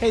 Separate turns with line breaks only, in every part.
Hey,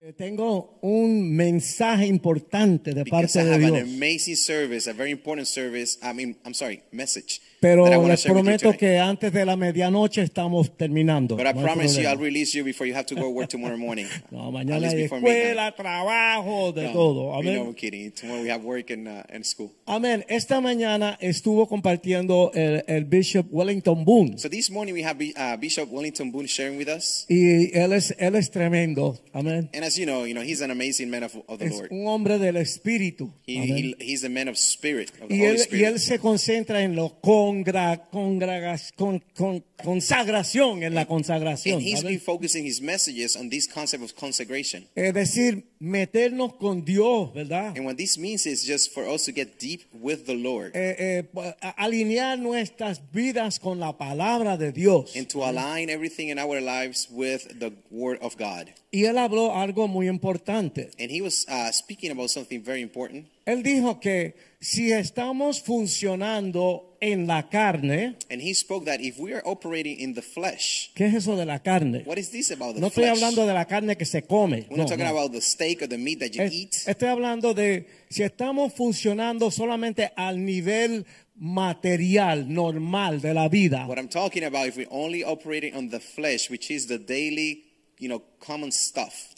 Eh, Tengo un mensaje importante de
because
parte
I
de
have an
Dios,
amazing service, a very important service. I mean, I'm sorry, message. that I
pero
wanna
les
share with you
prometo
tonight.
que antes de la medianoche estamos terminando.
But I
no hay
promise you,
problema.
I'll release you before you have to go to work tomorrow morning.
No,
At
mañana
least
hay
before midnight.
escuela, trabajo, de
No,
todo.
you know, I'm
Amén.
kidding. Tomorrow we have work and, uh, and school.
Amén. Esta mañana estuvo compartiendo el, el Bishop Wellington Boone.
So this morning we have B- uh, Bishop Wellington Boone sharing with us.
Y él es, él es tremendo. Amén.
And as you know, you know he's an amazing man of, of the
Es
Lord.
un hombre del espíritu.
He,
Amén.
he, he's a man of spirit, of the
Y
Holy
él, y
Spirit.
él se concentra en lo congra, congragas- con, con- consagración, en la consagración.
and he's
¿sabe?
been focusing his messages on this concept of consecration.
Es decir, meternos con Dios, ¿verdad?
And what this means is just for us to get deep with the Lord.
Eh, eh, pa- a- alinear nuestras vidas con la palabra de Dios.
and to align everything in our lives with the Word of God.
Y él habló algo muy importante.
And he was uh, speaking about something very important.
Él dijo que si estamos funcionando en la carne,
And he spoke that if we are operating in the flesh,
¿qué es eso de la carne?
what is this about the
No estoy
flesh?
hablando de la carne que se come.
We're
no,
not talking
no.
about the steak or the meat that you
Es-
eat.
Estoy hablando de si estamos funcionando solamente al nivel material, normal de la vida.
What I'm talking about, if we're only operating on the flesh, which is the daily, you know, common stuff,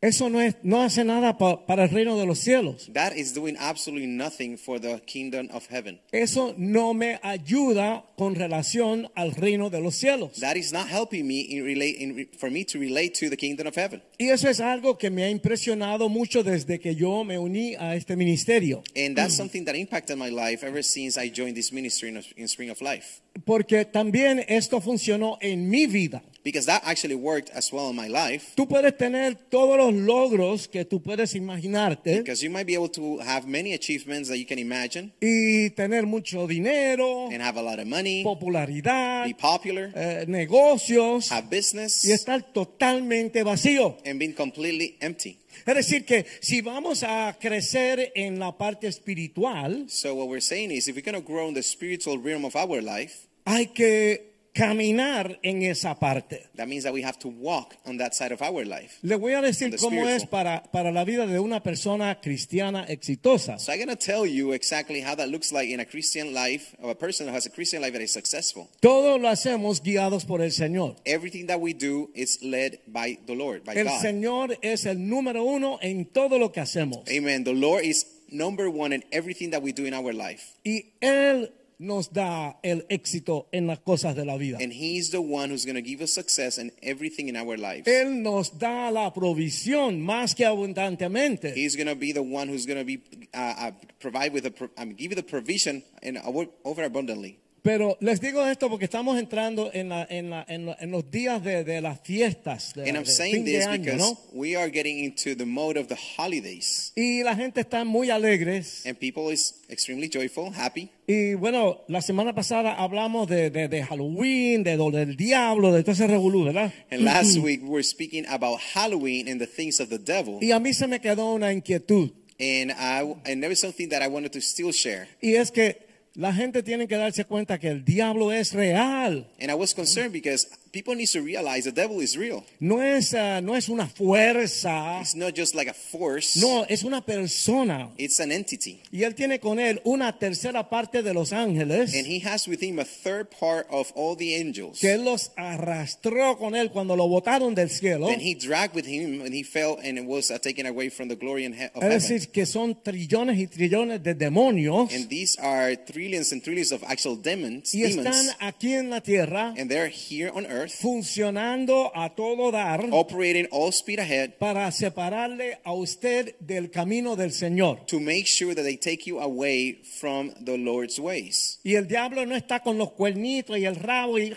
Eso no, es, no hace nada pa- para el reino de los cielos.
that is doing absolutely nothing for the kingdom of heaven.
Eso no me ayuda con relación al reino de los cielos.
That is not helping me in relate in re- for me to relate to the kingdom of heaven.
Y eso es algo que me ha impresionado mucho desde que yo me uní a este ministerio.
And that's something that impacted my life ever since I joined this ministry in, in Spring of Life.
Porque también esto funcionó en mi vida.
Because that actually worked as well in my life.
Tú puedes tener todos los logros que tú puedes imaginarte.
Because you might be able to have many achievements that you can imagine
y tener mucho dinero,
and have a lot of money,
popularidad,
be popular,
eh, negocios
have business,
y estar totalmente vacío.
and being completely empty.
Es decir, que si vamos a crecer en la parte espiritual,
So, what we're saying is if we're going to grow in the spiritual realm of our life,
hay que caminar en esa parte.
that means that we have to walk on that side of our life.
Le voy a decir
The
cómo es
spiritual.
para, para la vida de una persona cristiana exitosa.
So, I'm going to tell you exactly how that looks like in a Christian life of a person who has a Christian life that is successful.
Todo lo hacemos guiados por el Señor.
Everything that we do is led by the Lord, by
El
God.
Señor es el número uno en todo lo que hacemos.
Amen. The Lord is number one in everything that we do in our life.
Y Él nos da el éxito en las cosas de la vida.
And He's the one who's going to give us success in everything in our lives.
Él nos da la provisión más que abundantemente.
He's going to be the one who's going to be uh, uh, provide with a pro- I mean, give you the provision and over- overabundantly.
Pero les digo esto porque estamos entrando en, la- en la- en la- en los días de, de las fiestas. De,
And I'm
de
saying
fin de
this
año,
because
¿no?
we are getting into the mode of the holidays,
Y la gente está muy alegres.
and people is extremely joyful, happy.
Y bueno, la semana pasada hablamos de, de- de Halloween, de lo del diablo, de todo ese revolú, ¿verdad?
And last week we were speaking about Halloween and the things of the devil,
Y a mí se me quedó una inquietud.
and I and there was something that I wanted to still share.
Y es que la gente tiene que darse cuenta que el diablo es real.
And I was
Mm-hmm.
concerned because people need to realize the devil is real.
No es, ah, no es una fuerza,
It's not just like a force.
no, es una persona.
It's an entity.
Y él tiene con él una tercera parte de los ángeles
And he has with him a third part of all the angels.
que él los arrastró con él cuando lo botaron del cielo.
Then he dragged with him and he fell and was uh, taken away from the glory and he-
Es
of heaven.
decir, que son trillones y trillones de demonios
And these are trillions and trillions of actual demons,
y están
demons
aquí en la tierra
and they're here on earth,
funcionando a todo dar
operating all speed ahead
para separarle a usted del camino del Señor.
to make sure that they take you away from the Lord's ways.
Y el diablo no está con los cuernitos y el rabo y no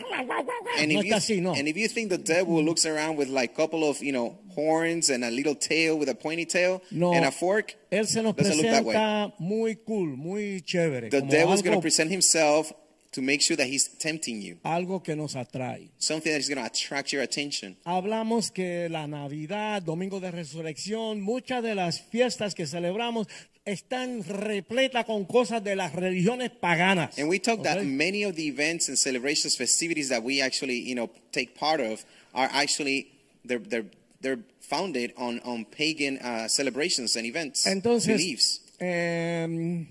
if
está así,
you,
no.
and if you think the devil looks around with like a couple of you know horns and a little tail with a pointy tail
No.
and a fork,
Él se nos
doesn't look that way.
presenta muy cool, muy chévere.
the
como
devil's going to
algo,
present himself to make sure that he's tempting you,
algo que nos atrae.
something that is going to attract your attention.
Hablamos que la Navidad, Domingo de Resurrección, muchas de las fiestas que celebramos están repletas con cosas de las religiones paganas.
And we talk that
Okay?
many of the events and celebrations, festivities that we actually, you know, take part of are actually they're they're they're founded on on pagan uh, celebrations and events, beliefs.
Entonces, eh,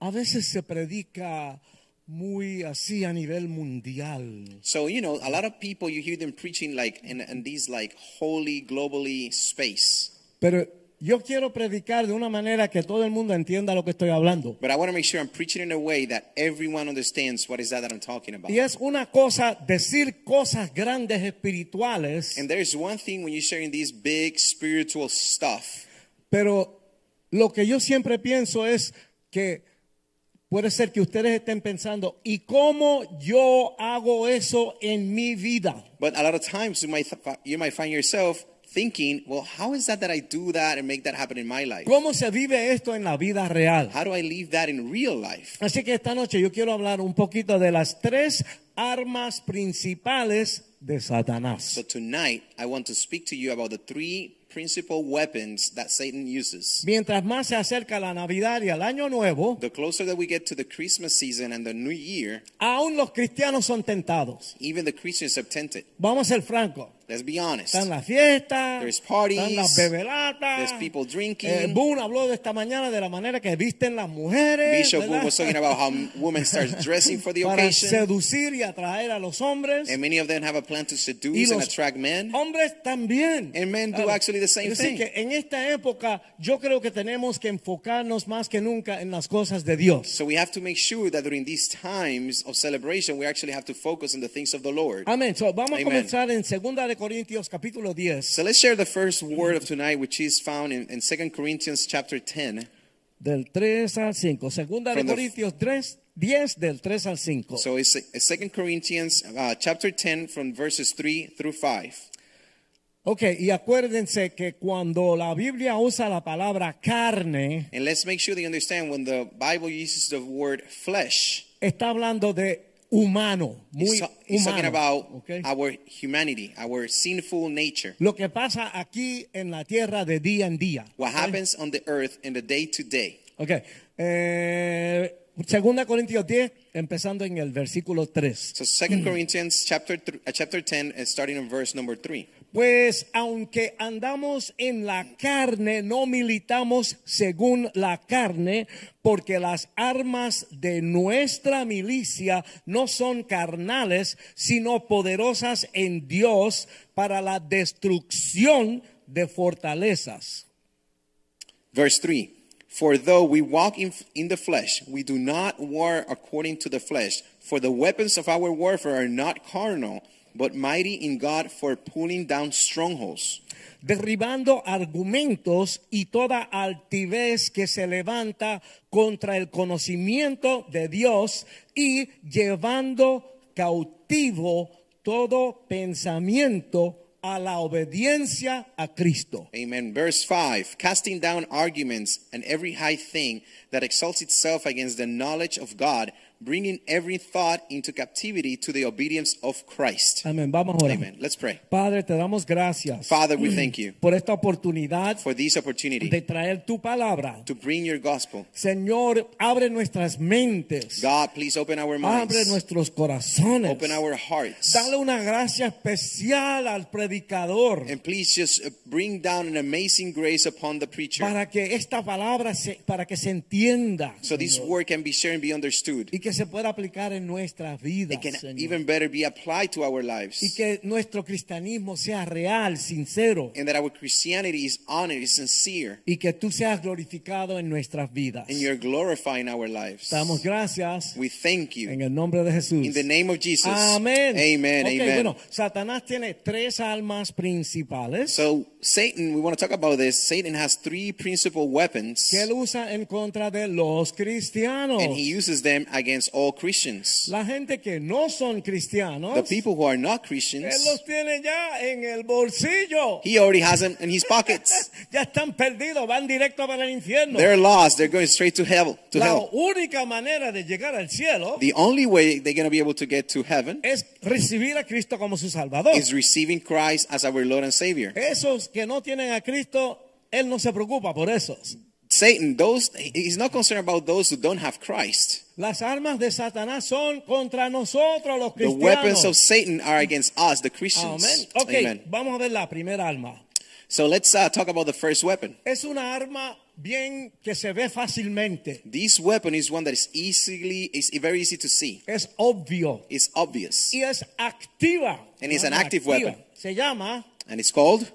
a veces se predica muy así a nivel mundial.
So you know, a lot of people you hear them preaching like in, in these like holy, globally space.
Pero yo quiero predicar de una manera que todo el mundo entienda lo que estoy hablando.
But I want to make sure I'm preaching in a way that everyone understands what is that that I'm talking about.
Y es una cosa decir cosas grandes espirituales,
And there's one thing when you're sharing these big spiritual stuff.
pero lo que yo siempre pienso es que puede ser que ustedes estén pensando, ¿y cómo yo hago eso en mi vida?
But a lot of times you might th- you might find yourself thinking, well, how is that that I do that and make that happen in my life?
¿Cómo se vive esto en la vida real?
How do I leave that in real life?
Así que esta noche yo quiero hablar un poquito de las tres armas principales de
So
Satanás.
tonight I want to speak to you about the three principal weapons that Satan uses.
Mientras más se acerca la Navidad y el Año Nuevo,
The closer that we get to the Christmas season and the new year,
aún los cristianos son tentados.
even the Christians are tempted.
Vamos a ser francos.
Let's be honest.
Están las fiestas,
There's parties,
están las bebelatas.
there's people drinking.
Eh, Boone habló de esta mañana de la manera que visten las mujeres.
Bishop Wu
¿verdad?
was talking about how women start dressing for the
Para
occasion,
seducir y atraer a los hombres.
and many of them have a plan to
y
seduce and
los
attract men.
hombres también.
And men do
Claro.
actually the same
Es decir,
thing.
que en esta época yo creo que tenemos que enfocarnos más que nunca en las cosas de Dios.
So we have to make sure that during these times of celebration, we actually have to focus on the things of the Lord.
Amén. So, vamos
Amen.
a comenzar en 2 de Corintios capítulo 10
So let's share the first word of tonight, which is found in, in 2 Corinthians chapter 10.
del 3 al 5. 2 de
From the-
Corintios 3 10 del 3 al 5.
So it's it's 2 Corinthians uh, chapter 10 from verses 3 through 5.
ok, y acuérdense que cuando la Biblia usa la palabra carne,
And let's make sure they understand when the Bible uses the word flesh,
está hablando de humano, muy
it's, ta- it's talking
humano.
about
ok.
our humanity, our sinful nature.
Lo que pasa aquí en la tierra de día en día.
What happens on the earth in the day to day.
Ok. Eh, segunda Corintios 10, empezando en el versículo 3.
So 2 Corinthians chapter thr- uh, chapter 10 and starting in verse number 3.
Pues aunque andamos en la carne, no militamos según la carne, porque las armas de nuestra milicia no son carnales, sino poderosas en Dios para la destrucción de fortalezas.
Verse 3 For though we walk in, in the flesh, we do not war according to the flesh. For the weapons of our warfare are not carnal, but mighty in God for pulling down strongholds,
derribando argumentos y toda altivez que se levanta contra el conocimiento de Dios y llevando cautivo todo pensamiento a la obediencia a Cristo.
Amen. Verse 5 Casting down arguments and every high thing that exalts itself against the knowledge of God, bringing every thought into captivity to the obedience of Christ.
Amén, vamos a orar.
Amen. Let's pray.
Padre, te damos gracias
Father, we thank you
por esta oportunidad
for this opportunity
de traer tu palabra.
to bring your gospel.
Señor, abre nuestras mentes,
God, please open our
abre
minds,
nuestros corazones.
open our hearts.
Dale una gracia especial al predicador
And please just uh, bring down an amazing grace upon the preacher
para que esta palabra se, para que se entienda
so this
Señor,
word can be shared and be understood.
y que se pueda aplicar en nuestras vidas,
It can
Señor.
even better be applied to our
y
lives.
que nuestro cristianismo sea real, sincero,
And that our Christianity is honest, is sincere,
y que tú seas glorificado en nuestras vidas.
and you're glorifying our lives.
Damos gracias
We thank
en
you.
el nombre de Jesús.
In the name of Jesus.
Amén.
Amen.
Ok,
amen.
Bueno, Satanás tiene tres almas principales
So Satan, we want to talk about this. Satan has three principal weapons,
que él usa en contra de los cristianos.
and he uses them against all Christians.
La gente que no son cristianos,
The people who are not Christians,
él los tiene ya en el bolsillo.
he already has them in his pockets.
ya están perdidos, van directo para el infierno.
They're lost. They're going straight to hell. To
La
hell.
única manera de llegar al cielo
The only way they're going to be able to get to heaven
es recibir a Cristo como su Salvador.
is receiving Christ as our Lord and Savior.
Esos que no tienen a Cristo, él no se preocupa por esos.
Satan, those he's not concerned about those who don't have Christ.
Las armas de Satanás son contra nosotros los
The weapons of
cristianos.
Satan are against us, the Christians.
Amén. Ok,
Amen.
vamos a ver la primera arma.
So let's uh, talk about the first weapon.
Es una arma bien que se ve fácilmente.
This weapon is one that is easily is very easy to see.
Es obvio.
It's obvious,
Y es activa.
And it's an
Arma
active
activa.
weapon.
Se llama
and it's called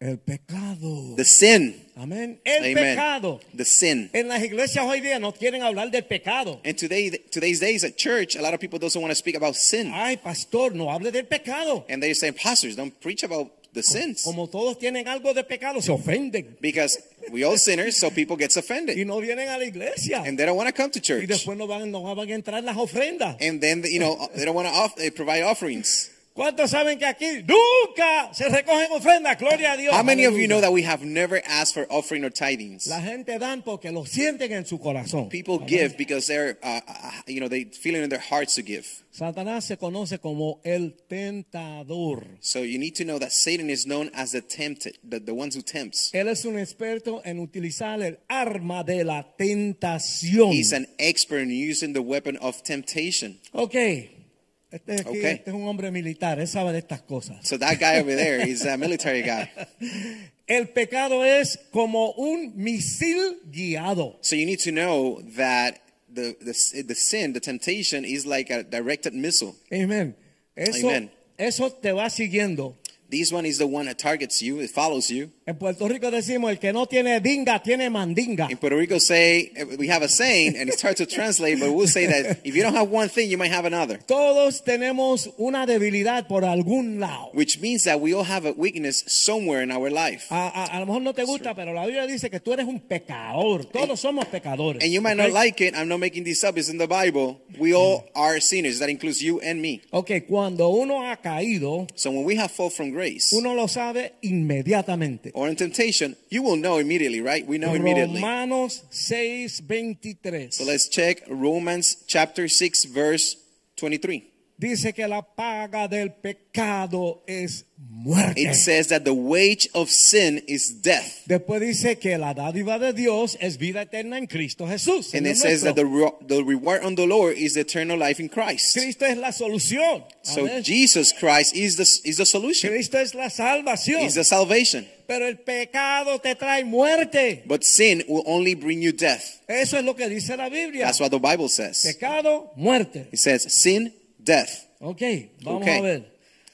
el pecado.
the sin.
Amén. El
Amen.
pecado.
The sin.
En las iglesias hoy día no quieren hablar del pecado.
And today, today's days at church, a lot of people doesn't want to speak about sin,
Ay, pastor, no hable del pecado.
and they say, "Pastors, don't preach about the sins,"
Como todos tienen algo de pecado, se ofenden
because we all sinners, so people gets
y
offended,
no vienen a la iglesia.
and they don't want to come to
Y
church,
después no van, no van a entrar las ofrendas.
and then you know uh, they don't want to off- they provide offerings.
¿Cuántos saben que aquí nunca se recogen ofrendas? Gloria a Dios.
How many of you
Aleluya.
know that we have never asked for offering or tithings?
La gente dan porque lo sienten en su corazón.
People give because they're uh, uh, you know they feel it in their hearts to give.
Satanás se conoce como el tentador.
So you need to know that Satan is known as the tempted, the, the ones who tempts.
Él es un experto en utilizar el arma de la tentación.
He's an expert in using the weapon of temptation.
Ok. Este, aquí,
Ok.
este es un hombre militar, él sabe de estas cosas.
So that guy over there is a military guy.
El pecado es como un misil guiado.
So you need to know that the the, the sin, the temptation, is like a directed missile.
Amén. Eso,
Amen.
eso te va siguiendo.
This one is the one that targets you. It follows you.
En Puerto Rico decimos, el que no tiene dinga, tiene mandinga.
In Puerto Rico, say we have a saying, and it's hard to translate, but we'll say that if you don't have one thing, you might have another.
Todos tenemos una debilidad por algún lado.
Which means that we all have a weakness somewhere in our life.
A, a- a lo mejor no te gusta, pero la Biblia dice que tú eres un pecador. Todos somos pecadores.
And you might
¿ok?
not like it. I'm not making this up. It's in the Bible. We all
Mm-hmm.
are sinners. That includes you and me.
Ok, cuando uno ha caído,
So when we have fall from grace
uno lo sabe inmediatamente.
or in temptation, you will know immediately, right? We know immediately.
Romanos 6, 23.
So let's check Romans chapter 6, verse 23.
dice que la paga del pecado es muerte.
It says that the wage of sin is death.
Después dice que la dádiva de Dios es vida eterna en Cristo Jesús.
And
Señor
it says that
nuestro.
the, re- the reward on the Lord is eternal life in Christ.
Cristo es la solución.
So
Amén.
Jesus Christ is the, is the solution,
Cristo es la salvación.
is the salvation.
Pero el pecado te trae muerte.
But sin will only bring you death.
Eso es lo que dice la Biblia.
That's what the Bible says.
Pecado, muerte.
It says sin, death.
Ok, vamos
Okay.
a ver.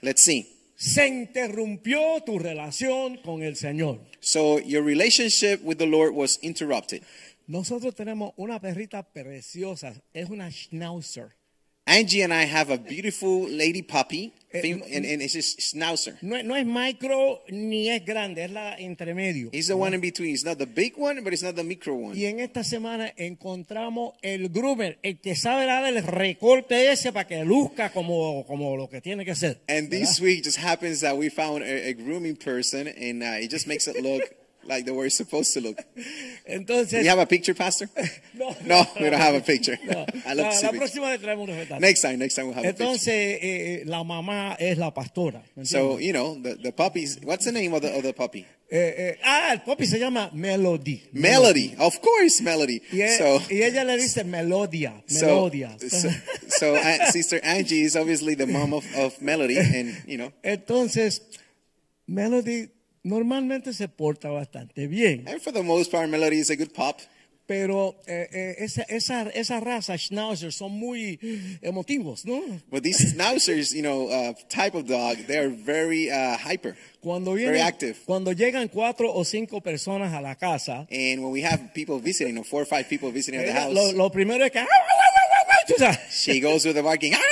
Let's see.
Se interrumpió tu relación con el Señor.
So your relationship with the Lord was interrupted.
Nosotros tenemos una perrita preciosa. Es una schnauzer.
Angie and I have a beautiful lady puppy,
Eh,
fem-
no-
and, and it's just schnauzer.
No, es- no es micro ni es grande, es la intermedio.
He's the one in between. It's not the big one, but it's not the micro one.
Y en esta semana encontramos el groomer, el que sabe dar el recorte ese para que luzca como, como lo que tiene que ser.
And
Uh-huh.
this week just happens that we found a, a grooming person, and uh, it just makes it look like the way it's supposed to look. Do
Entonces,
you have a picture, Pastor?
No.
we don't have a picture.
no,
I love
la,
to see
la
pictures.
próxima le traemos un reportaje.
Next time, next time we'll have a picture.
Entonces, eh, eh, la mamá es la pastora. ¿me
So
entiendes?
you know the the puppies. What's the name of the of the puppy?
Eh, eh, ah, el popi se llama Melody.
Melody, of course, Melody.
Y, e-
so,
y ella le dice Melodia,
so,
Melodia.
so, so, uh, Sister Angie is obviously the mom of, of Melody, and you know,
Entonces, Melody normalmente se porta bastante bien.
and for the most part, Melody is a good pup.
Pero eh, eh, esa, esa, esa raza, Schnauzer, son muy emotivos, ¿no?
But these schnauzers, you know, uh, type of dog, they are very uh, hyper,
Cuando,
very
vienen,
active.
cuando llegan cuatro o cinco personas a la casa,
And when we have people visiting, you know, four or five people visiting at the
ella-
house,
lo, lo primero es que... tú sabes.
she goes with the barking.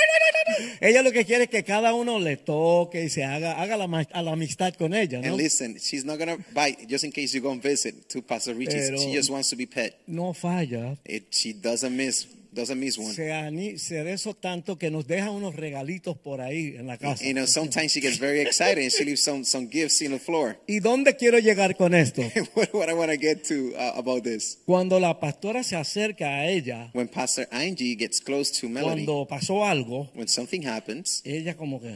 Ella lo que quiere es que cada uno le toque y se haga, haga la, ma- a la amistad con ella, ¿no?
And listen, she's not gonna bite. Just in case you go and visit to Paso Riches,
Pero-
she just wants to be pet.
No falla.
It, she doesn't miss, doesn't miss one.
Se, ani- se de eso tanto que nos deja unos regalitos por ahí en la casa.
You know, sometimes she gets very excited and she leaves some some gifts in the floor.
¿Y dónde quiero llegar con esto?
what, what I want to get to uh, about this,
Cuando la pastora se acerca a ella,
when Pastor Angie gets close to Melody,
cuando pasó algo,
when something happens,
ella como que...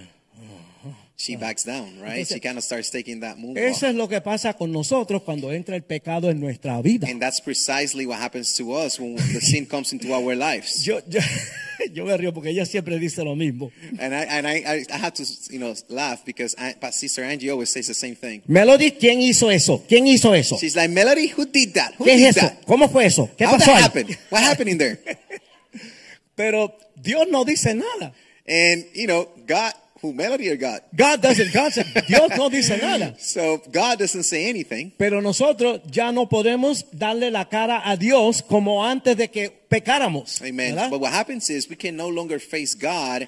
she backs down, right? She kind of starts taking that move.
Eso es lo que pasa con nosotros cuando entra el pecado en nuestra vida.
And that's precisely what happens to us when the sin comes into our lives.
Yo, yo, yo me río porque ella siempre dice lo mismo.
And I and I, I, I have to you know laugh because I, but Sister Angie always says the same thing.
Melody, ¿quién hizo eso? ¿Quién hizo eso?
She's like, Melody, who did that? Who
¿Qué
did
es eso?
that?
¿Cómo fue eso? ¿Qué
How
pasó
that
ahí?
happened? What happened in there?
Pero Dios no dice nada.
And you know, God, who Melody or God?
God doesn't, God said- Dios no dice nada.
So God doesn't say anything.
Pero nosotros ya no podemos darle la cara a Dios como antes de que pecáramos.
Amen.
¿verdad?
But what happens is we can no longer face God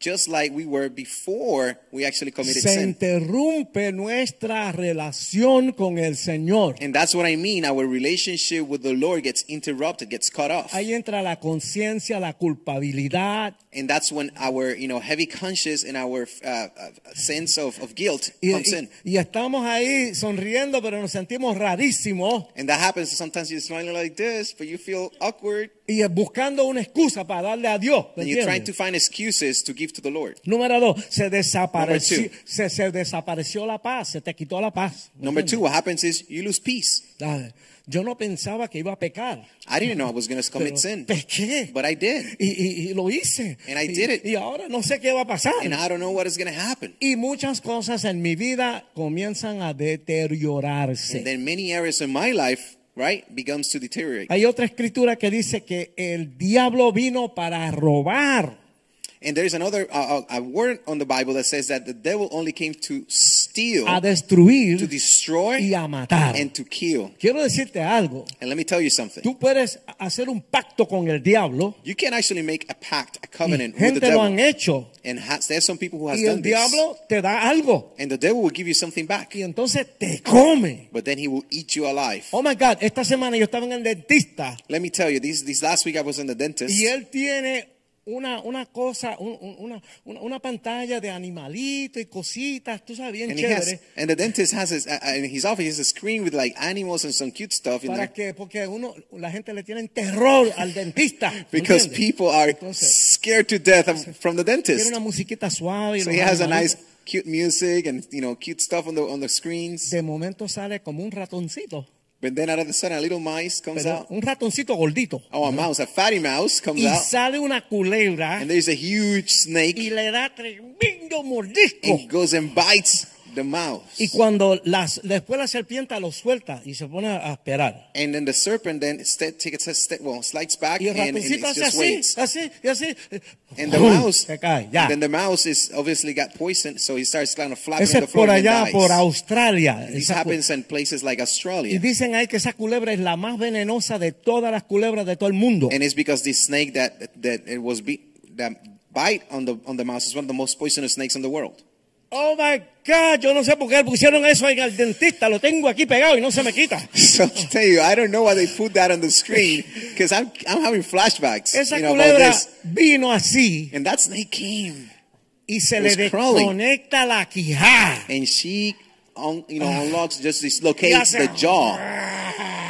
just like we were before we actually committed
Se
sin.
interrumpe nuestra relación con el Señor.
And that's what I mean. Our relationship with the Lord gets interrupted, gets cut off.
Ahí entra la conciencia, la culpabilidad
and that's when our, you know, heavy conscience and our uh, uh, sense of, of guilt
y,
comes in.
y- y estamos ahí sonriendo, pero nos sentimos rarísimos
And that happens sometimes you're smiling like this, but you feel awkward.
y buscando una excusa para darle a Dios. ¿me
And you're trying
entiendes?
to find excuses to give to the Lord.
Número dos, se desapareció,
Number two.
se, se desapareció la paz, se te quitó la paz.
Number two, what happens is you lose peace.
Ah, Yo no pensaba que iba a pecar.
I didn't know I was going to
pero
commit sin,
pequé.
but I did.
Y, y- y lo hice.
And I
y,
did it.
y ahora no sé qué va a pasar.
And I don't know what is going to happen.
y muchas cosas en mi vida comienzan a deteriorarse.
And then many areas in my life, right, begins to deteriorate.
Hay otra escritura que dice que el diablo vino para robar.
And there's another uh, uh, a word on the Bible that says that the devil only came to steal,
a
to
destruir y
destroy,
a matar.
and to kill.
Quiero decirte algo.
And let me tell you something.
Tú puedes hacer un pacto con el diablo.
You can actually make a pact, a
y
covenant with the
gente lo
devil.
han hecho.
And has, there's some people who has
Y el
done this.
diablo te da algo.
And the devil will give you something back.
Y entonces te come.
But then he will eat you alive.
Oh my God, esta semana yo estaba en el dentista.
Let me tell you, this, this last week I was in the dentist.
Y él tiene una, una cosa, un- un- una, una, una pantalla de animalitos y cositas. Tú sabes, bien
And, he
chévere.
has, and the dentist has his, uh, uh, in his office, he has a screen with like animals and some cute stuff in
¿Para
there.
qué? Porque uno, la gente le tiene terror al dentista. ¿me
Because
entiendes?
people are
Entonces,
scared to death of, from the
tiene
dentist.
una musiquita suave. y
So
los
he has a
animalitos.
nice, cute music and, you know, cute stuff on the, on the screens.
De momento sale como un ratoncito.
But then out of the sudden, a little mouse comes
pero
out.
un ratoncito gordito.
Oh, a mouse, a fatty mouse comes
Y
out.
sale una culebra
And there's a huge
y
snake
le da tremendo mordisco.
and goes and bites the mouse.
Y cuando las, después la serpiente lo suelta y se pone a esperar.
And then the serpent then ste- takes a step, well, slides back
Y el
and, and it
ratoncito hace
just
así,
waits.
así, y así.
And the
¡Uy!
mouse,
Se cae, ya.
then the mouse is obviously got poisoned, so he starts kind of flapping
Ese
on the
es
floor
por
and
allá,
dies.
por Australia.
This
Esa cu-
happens in places like
Y
Australia,
dicen ahí que esa culebra es la más venenosa de todas las culebras de todo el mundo.
and it's because this snake that that it was be, that bite on the on the mouse is one of the most poisonous snakes in the world.
Oh my God, yo no sé por qué pusieron eso en el dentista. Lo tengo aquí pegado y no se me quita.
So I'll tell you, I don't know why they put that on the screen because I'm I'm having flashbacks,
Esa
you know, about
culebra
this.
vino así
And that snake came,
y se
It
le
was crawling.
desconecta la quijada.
and she. Un, you know,
Ah.
unlocks, just
Y
dislocates
hace-
the jaw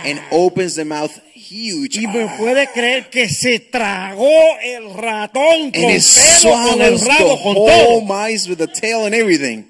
and opens the mouth huge.
Y me puede creer que se tragó el ratón con
and it
pelo, con el
swallows the
rabo, con
whole
todo.
mice with the tail and everything.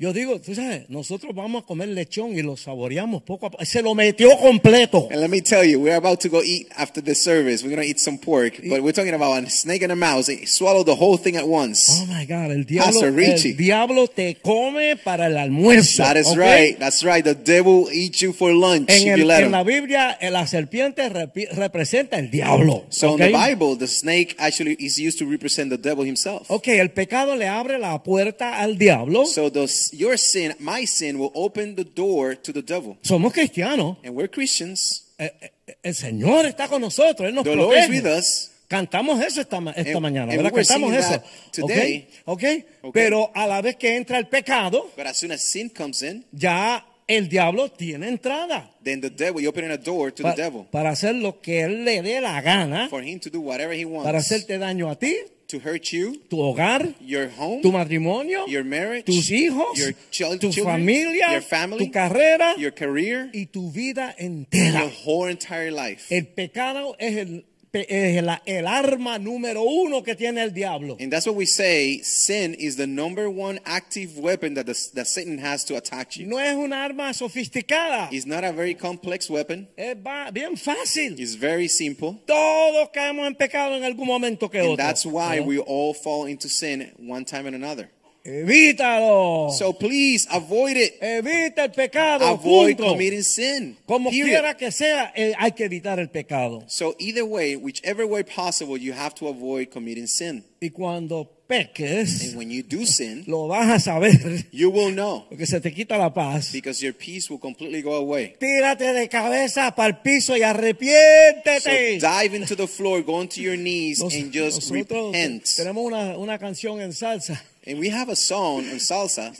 Yo digo, tú sabes, nosotros vamos a comer lechón y lo saboreamos poco a poco. Se lo metió completo.
And let me tell you, we're about to go eat after the service. We're going to eat some pork, but we're talking about a snake and a mouse. It swallowed the whole thing at once.
Oh my God, el diablo,
Pastor Richie.
el diablo te come para el almuerzo.
That is
¿ok?
right. That's right. The devil will eat you for lunch
En,
if
el-
you let
en la
him.
Biblia, eh, la serpiente repi- representa el diablo.
So
¿ok?
in the Bible, the snake actually is used to represent the devil himself.
Ok, el pecado le abre la puerta al diablo.
So those, your sin, my sin, will open the door to the devil.
Somos cristianos.
And we're Christians.
Eh, eh, El Señor está con nosotros. Él nos
The Lord is
protege.
with us.
Cantamos eso esta, ma- esta
And-
mañana,
and
¿verdad?
we were
Cantamos
singing
eso.
that today.
Ok, ok.
Ok.
Pero a la vez que entra el pecado,
But as soon as sin comes in,
ya el diablo tiene entrada.
then the devil, you're opening a door to
Pa-
the devil
Para hacer lo que él le dé la gana,
for him to do whatever he wants
para hacerte daño a ti,
to hurt you,
tu hogar,
your home,
tu matrimonio,
your marriage,
tus hijos,
your chil-
tu
children,
familia,
your family,
tu carrera
your career,
y tu vida
your
entera.
whole entire life.
El pecado es el, pe- es la- el arma número uno que tiene el diablo.
And that's what we say sin is the number one active weapon that, the, that Satan has to attack you.
No es un arma sofisticada.
It's not a very complex weapon,
Es ba- bien fácil.
it's very simple.
Todos caemos en pecado en algún momento que otro.
And that's why
¿verdad?
we all fall into sin one time and another.
Evítalo.
So please avoid it.
Evita el
Ah,
pecado.
Avoid
punto.
committing sin.
Como
Period.
quiera que sea, eh, hay que evitar el pecado.
So either way, whichever way possible, you have to avoid committing sin.
Y cuando peques,
And when you do sin,
lo vas a saber,
you will know
porque se te quita la paz.
because your peace will completely go away.
Tírate de cabeza para el piso y
So
arrepiéntete.
dive into the floor, go onto your knees,
Nos-
and just
nosotros
repent.
tenemos una, una canción en salsa.
And we have a song in salsa.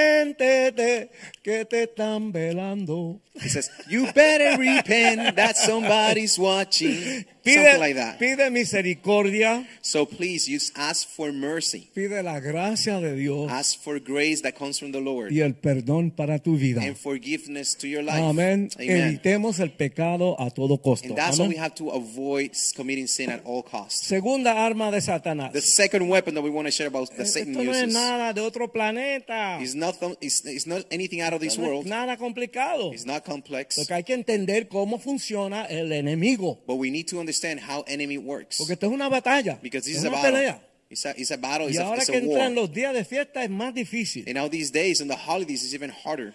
Arrepiéntete que te están velando.
It says, "You better repent that somebody's watching."
Pide,
Something like that.
pide misericordia,
So please, you just ask for mercy,
pide la gracia de Dios
ask for grace that comes from the Lord,
y el perdón para tu vida.
and forgiveness to your life.
Amén.
Amen.
Evitemos el pecado a todo costo.
And that's why
Amén.
we have to avoid committing sin at all costs.
Segunda arma de Satanás.
The second weapon that we want to share about that Satan
Eh, Esto no es
uses
nada de otro planeta.
is nothing. It's, it's not anything out of this
No es
world.
nada complicado.
It's not complex.
Porque hay que entender cómo funciona el enemigo.
But we need to understand how enemy works
Porque esto es una batalla.
because this
es
is a
una
battle.
pelea.
It's a, it's a battle.
Y
It's a,
ahora
it's
que
a war.
entran los días de fiesta es más difícil.
And now these days, on the holidays, it's even harder.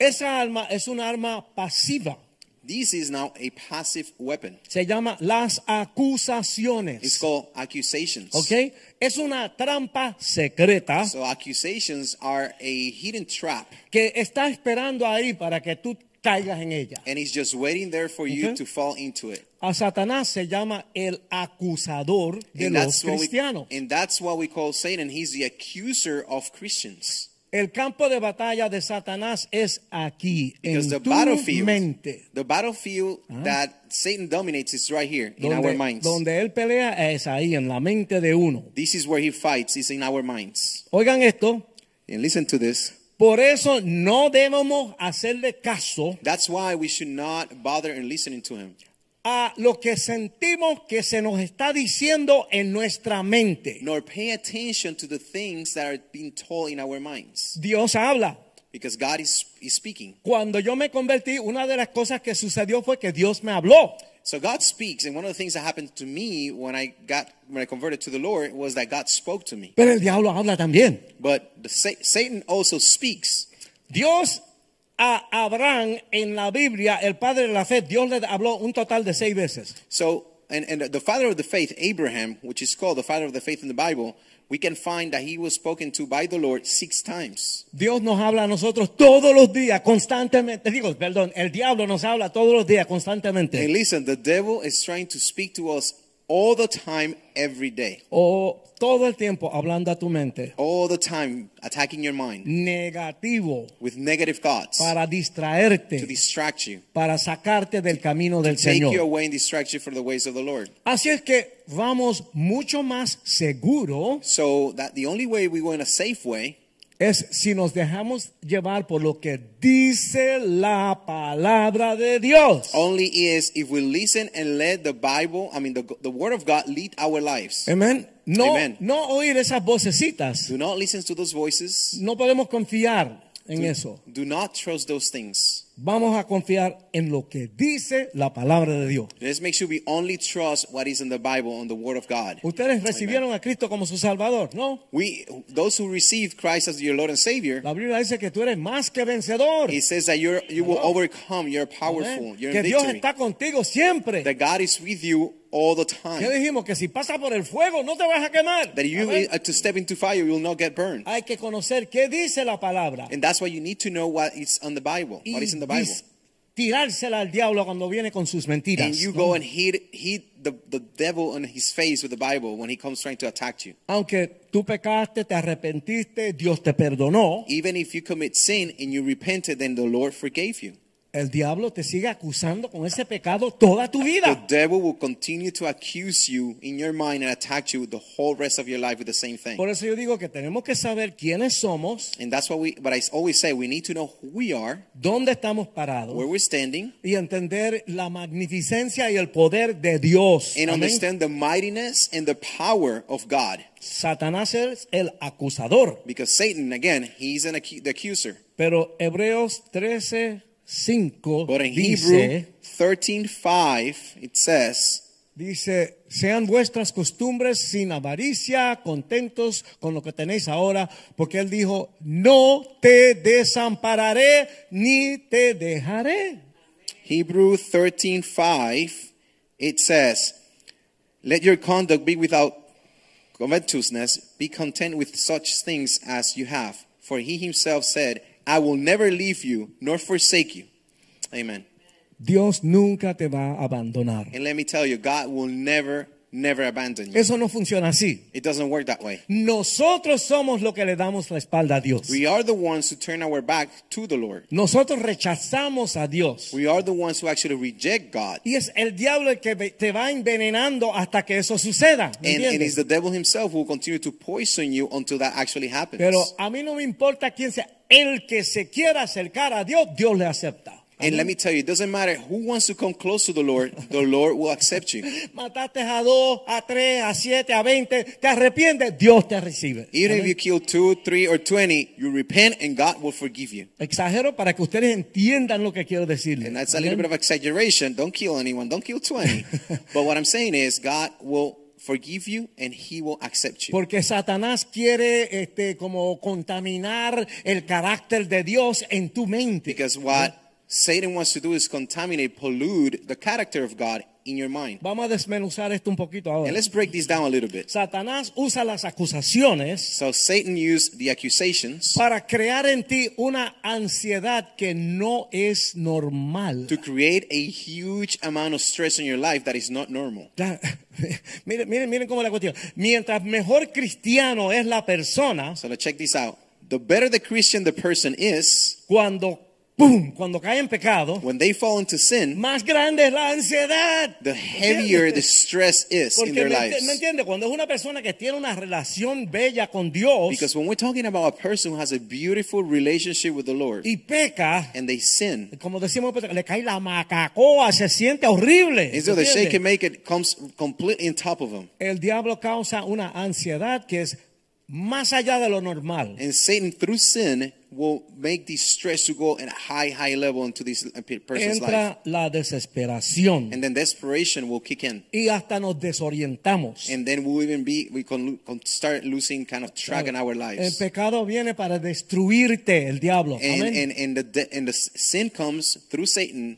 Esa arma es una arma pasiva.
This is now a passive weapon.
Se llama las
It's
acusaciones.
called accusations.
¿Ok? Es una trampa secreta
So accusations are a hidden trap,
que está esperando ahí para que tú caigas en ella.
and it's just waiting there for you
Okay.
to fall into it.
A Satanás se llama el acusador de
And
los
that's, what we,
cristianos.
and that's what we call Satan. He's the accuser of Christians.
El campo de batalla de Satanás es aquí,
Because the
en tu
battlefield,
mente. Ah.
the battlefield that Satan dominates is right here in our
Donde,
minds.
donde él pelea es ahí, en la mente de uno.
This is where he fights. It's in our minds.
Oigan esto.
And listen to this.
Por eso no debemos hacerle caso
That's why we should not bother in listening to him.
a lo que sentimos que se nos está diciendo en nuestra mente.
Nor pay attention to the things that are being told in our minds.
Dios habla.
Because God is, is speaking.
Cuando yo me convertí, una de las cosas que sucedió fue que Dios me habló.
So God speaks, and one of the things that happened to me when I got when I converted to the Lord was that God spoke to me.
Pero el diablo habla también.
But the, Sa- Satan also speaks.
Dios a Abraham en la Biblia, el padre de la fe, Dios le habló un total de seis veces.
So, and, and the father of the faith, Abraham, which is called the father of the faith in the Bible, we can find that he was spoken to by the Lord six times.
Dios nos habla a nosotros todos los días, constantemente. Digo, perdón, el diablo nos habla todos los días, constantemente.
And listen, the devil is trying to speak to us all the time, every day,
o todo el tiempo hablando a tu mente.
all the time, attacking your mind
Negativo
with negative thoughts
para
to
distraerte,
distract you,
para sacarte del camino del
take you
Señor.
away and distract you from the ways of the Lord.
Así es que vamos mucho más seguro
So that the only way we go in a safe way
es si nos dejamos llevar por lo que dice la palabra de Dios.
only is if we listen and let the Bible, I mean, the, the Word of God lead our lives.
Amén. No,
Amen.
no oír esas vocecitas.
Do not listen to those voices.
No podemos confiar en
Do-
eso.
Do not trust those things.
Vamos a confiar en lo que dice la palabra de Dios.
Let's make sure we only trust what is in the Bible, on the Word of God.
Ustedes recibieron a Cristo como su Salvador, ¿no?
We, those who receive Christ as your Lord and Savior,
La Biblia dice que tú eres más que vencedor.
it says that you're, you will overcome. You're powerful.
Amén.
You're
Que
in
Dios
victory.
está contigo siempre.
That God is with you all the
¿Qué
time.
dijimos? Que si pasa por el fuego no te vas a quemar.
That you
Amén.
uh, to step into fire, you will not get burned.
Hay que conocer qué dice la palabra.
And that's why you need to know what is on the Bible. What is in the Bible.
dis- tirársela al diablo cuando viene con sus mentiras.
And you go and hit, hit the, the devil on his face with the Bible when he comes trying to attack you.
Aunque tú pecaste, te arrepentiste, Dios te perdonó,
Even if you commit sin and you repented, then the Lord forgave you.
el diablo te sigue acusando con ese pecado toda tu
The
vida.
devil will continue to accuse you in your mind and attack you the whole rest of your life with the same
Por
thing.
eso yo digo que tenemos que saber quiénes somos,
And that's what we, but I always say, we need to know who we are,
dónde estamos parados
where we're standing,
y entender la magnificencia y el poder de Dios.
and
Amén.
understand the mightiness and the power of God.
Satanás es el acusador,
Because Satan, again, he's an acu- the accuser.
pero Hebreos 13, 5
But in Hebrew
dice,
13 5, it says,
Dice, sean vuestras costumbres sin avaricia, contentos con lo que tenéis ahora, porque él dijo, no te desampararé ni te dejaré.
Hebrew 13:5 it says let your conduct be without covetousness be content with such things as you have for he himself said I will never leave you nor forsake you amen
Dios nunca te va a abandonar.
and let me tell you God will never never abandon you
Eso no funciona así.
it doesn't work that way
Nosotros somos lo que le damos la espalda a Dios.
we are the ones who turn our back to the Lord
Nosotros rechazamos a Dios.
we are the ones who actually reject God
Y es el diablo el que ve- te va envenenando hasta que eso suceda. ¿me
and, and
entiendes?
it's the devil himself who will continue to poison you until that actually happens
Pero a mí no me importa quién sea. El que se quiera acercar a Dios, Dios le acepta.
And let me tell you, it doesn't matter who wants to come close to the Lord, the Lord will accept you.
Mataste a dos, a tres, a siete, a veinte. Te arrepientes, Dios te recibe.
Even if
Amén.
you kill two, three, or 20, you repent and God will forgive you.
Exagero para que ustedes entiendan lo que quiero decirles.
And that's a
Amén.
little bit of exaggeration. Don't kill anyone, don't kill 20. but what I'm saying is, God will forgive you and He will accept you.
Porque Satanás quiere este, como contaminar el carácter de Dios en tu mente.
Because what Satan wants to do is contaminate, pollute the character of God in your mind.
Vamos a desmenuzar esto un poquito ahora.
And let's break this down a little bit.
Satanás usa las acusaciones
So Satan used the accusations
para crear en ti una ansiedad que no es normal.
to create a huge amount of stress in your life that is not normal.
Claro. miren, miren, miren cómo la cuestión. Mientras mejor cristiano es la persona,
So let's check this out. The better the Christian the person is,
cuando ¡pum! cuando cae en pecado,
when they fall into sin,
más grande es la ansiedad.
the heavier the
¿Entiendes?
stress is
Porque
in their
me, enti- me
lives.
entiende, cuando es una persona que tiene una relación bella con Dios
Because when we're talking about a person who has a beautiful relationship with the Lord
y peca,
and they sin,
como decimos, le cae la macacoa, se siente horrible.
and so the
¿entiende?
shake and make it comes completely on top of them.
El diablo causa una ansiedad que es más allá de lo normal.
And Satan, through sin, will make this stress to go at a high, high level into this uh, pe- person's life.
Entra la desesperación.
And then desperation will kick in.
y hasta nos desorientamos.
And then we'll even be, we can, lo- can start losing kind of track in our
El
lives.
pecado viene para destruirte, el diablo.
and
Amén.
and and the de- and the s- sin comes through Satan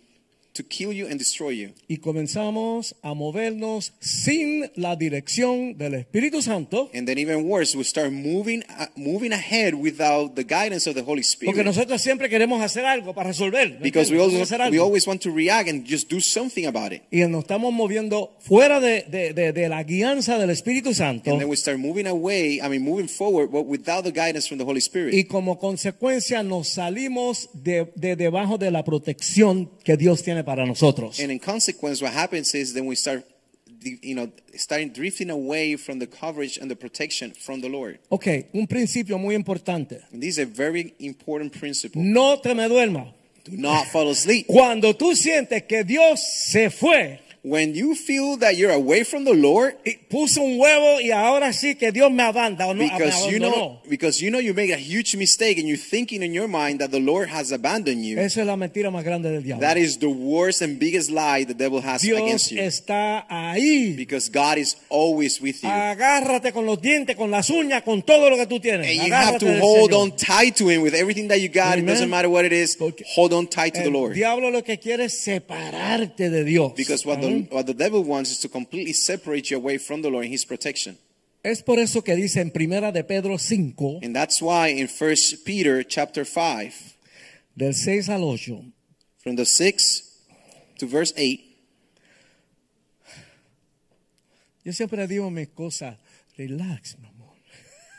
to kill you and destroy you.
y comenzamos a movernos sin la dirección del Espíritu Santo,
And then even worse, we start moving uh, moving ahead without the guidance of the Holy Spirit.
porque nosotros siempre queremos hacer algo para resolver. ¿me
because we
entiendes? Queremos
always
hacer algo.
we always want to react and just do something about it.
y nos estamos moviendo fuera de, de- de- de la guianza del Espíritu Santo.
And then we start moving away, I mean moving forward, but without the guidance from the Holy Spirit.
Y como consecuencia nos salimos de, de debajo de la protección que Dios tiene para nosotros.
and in consequence, what happens is then we start the- you know starting drifting away from the coverage and the protection from the Lord.
Ok, un principio muy importante.
And this is a very important principle.
No te me duermas.
Do not fall asleep.
Cuando tú sientes que Dios se fue,
When you feel that you're away from the Lord,
Y puso un huevo y ahora sí que Dios me abandonó. me
because you know
abandonó.
because you know you make a huge mistake and you're thinking in your mind that the Lord has abandoned you.
Esa es la mentira más grande del diablo.
That is the worst and biggest lie the devil has
Dios
against you.
está ahí.
Because God is always with you.
Ah, Agárrate con los dientes, con las uñas, con todo lo que tú tienes.
And you have
Agárrate
to
del
hold
Señor.
on tight to Him with everything that you got. It
Amen.
doesn't matter what it is.
Porque eh,
Hold on tight to the
El
Lord.
diablo lo que quiere es separarte de Dios.
Because what the,
Mm-hmm.
what the devil wants is to completely separate you away from the Lord and His protection.
Es por eso que dice en Primera de Pedro 5,
And that's why in First Peter chapter 5,
del 6 al 8,
from the 6 to verse 8,
yo siempre digo mis cosas, relax, mi amor.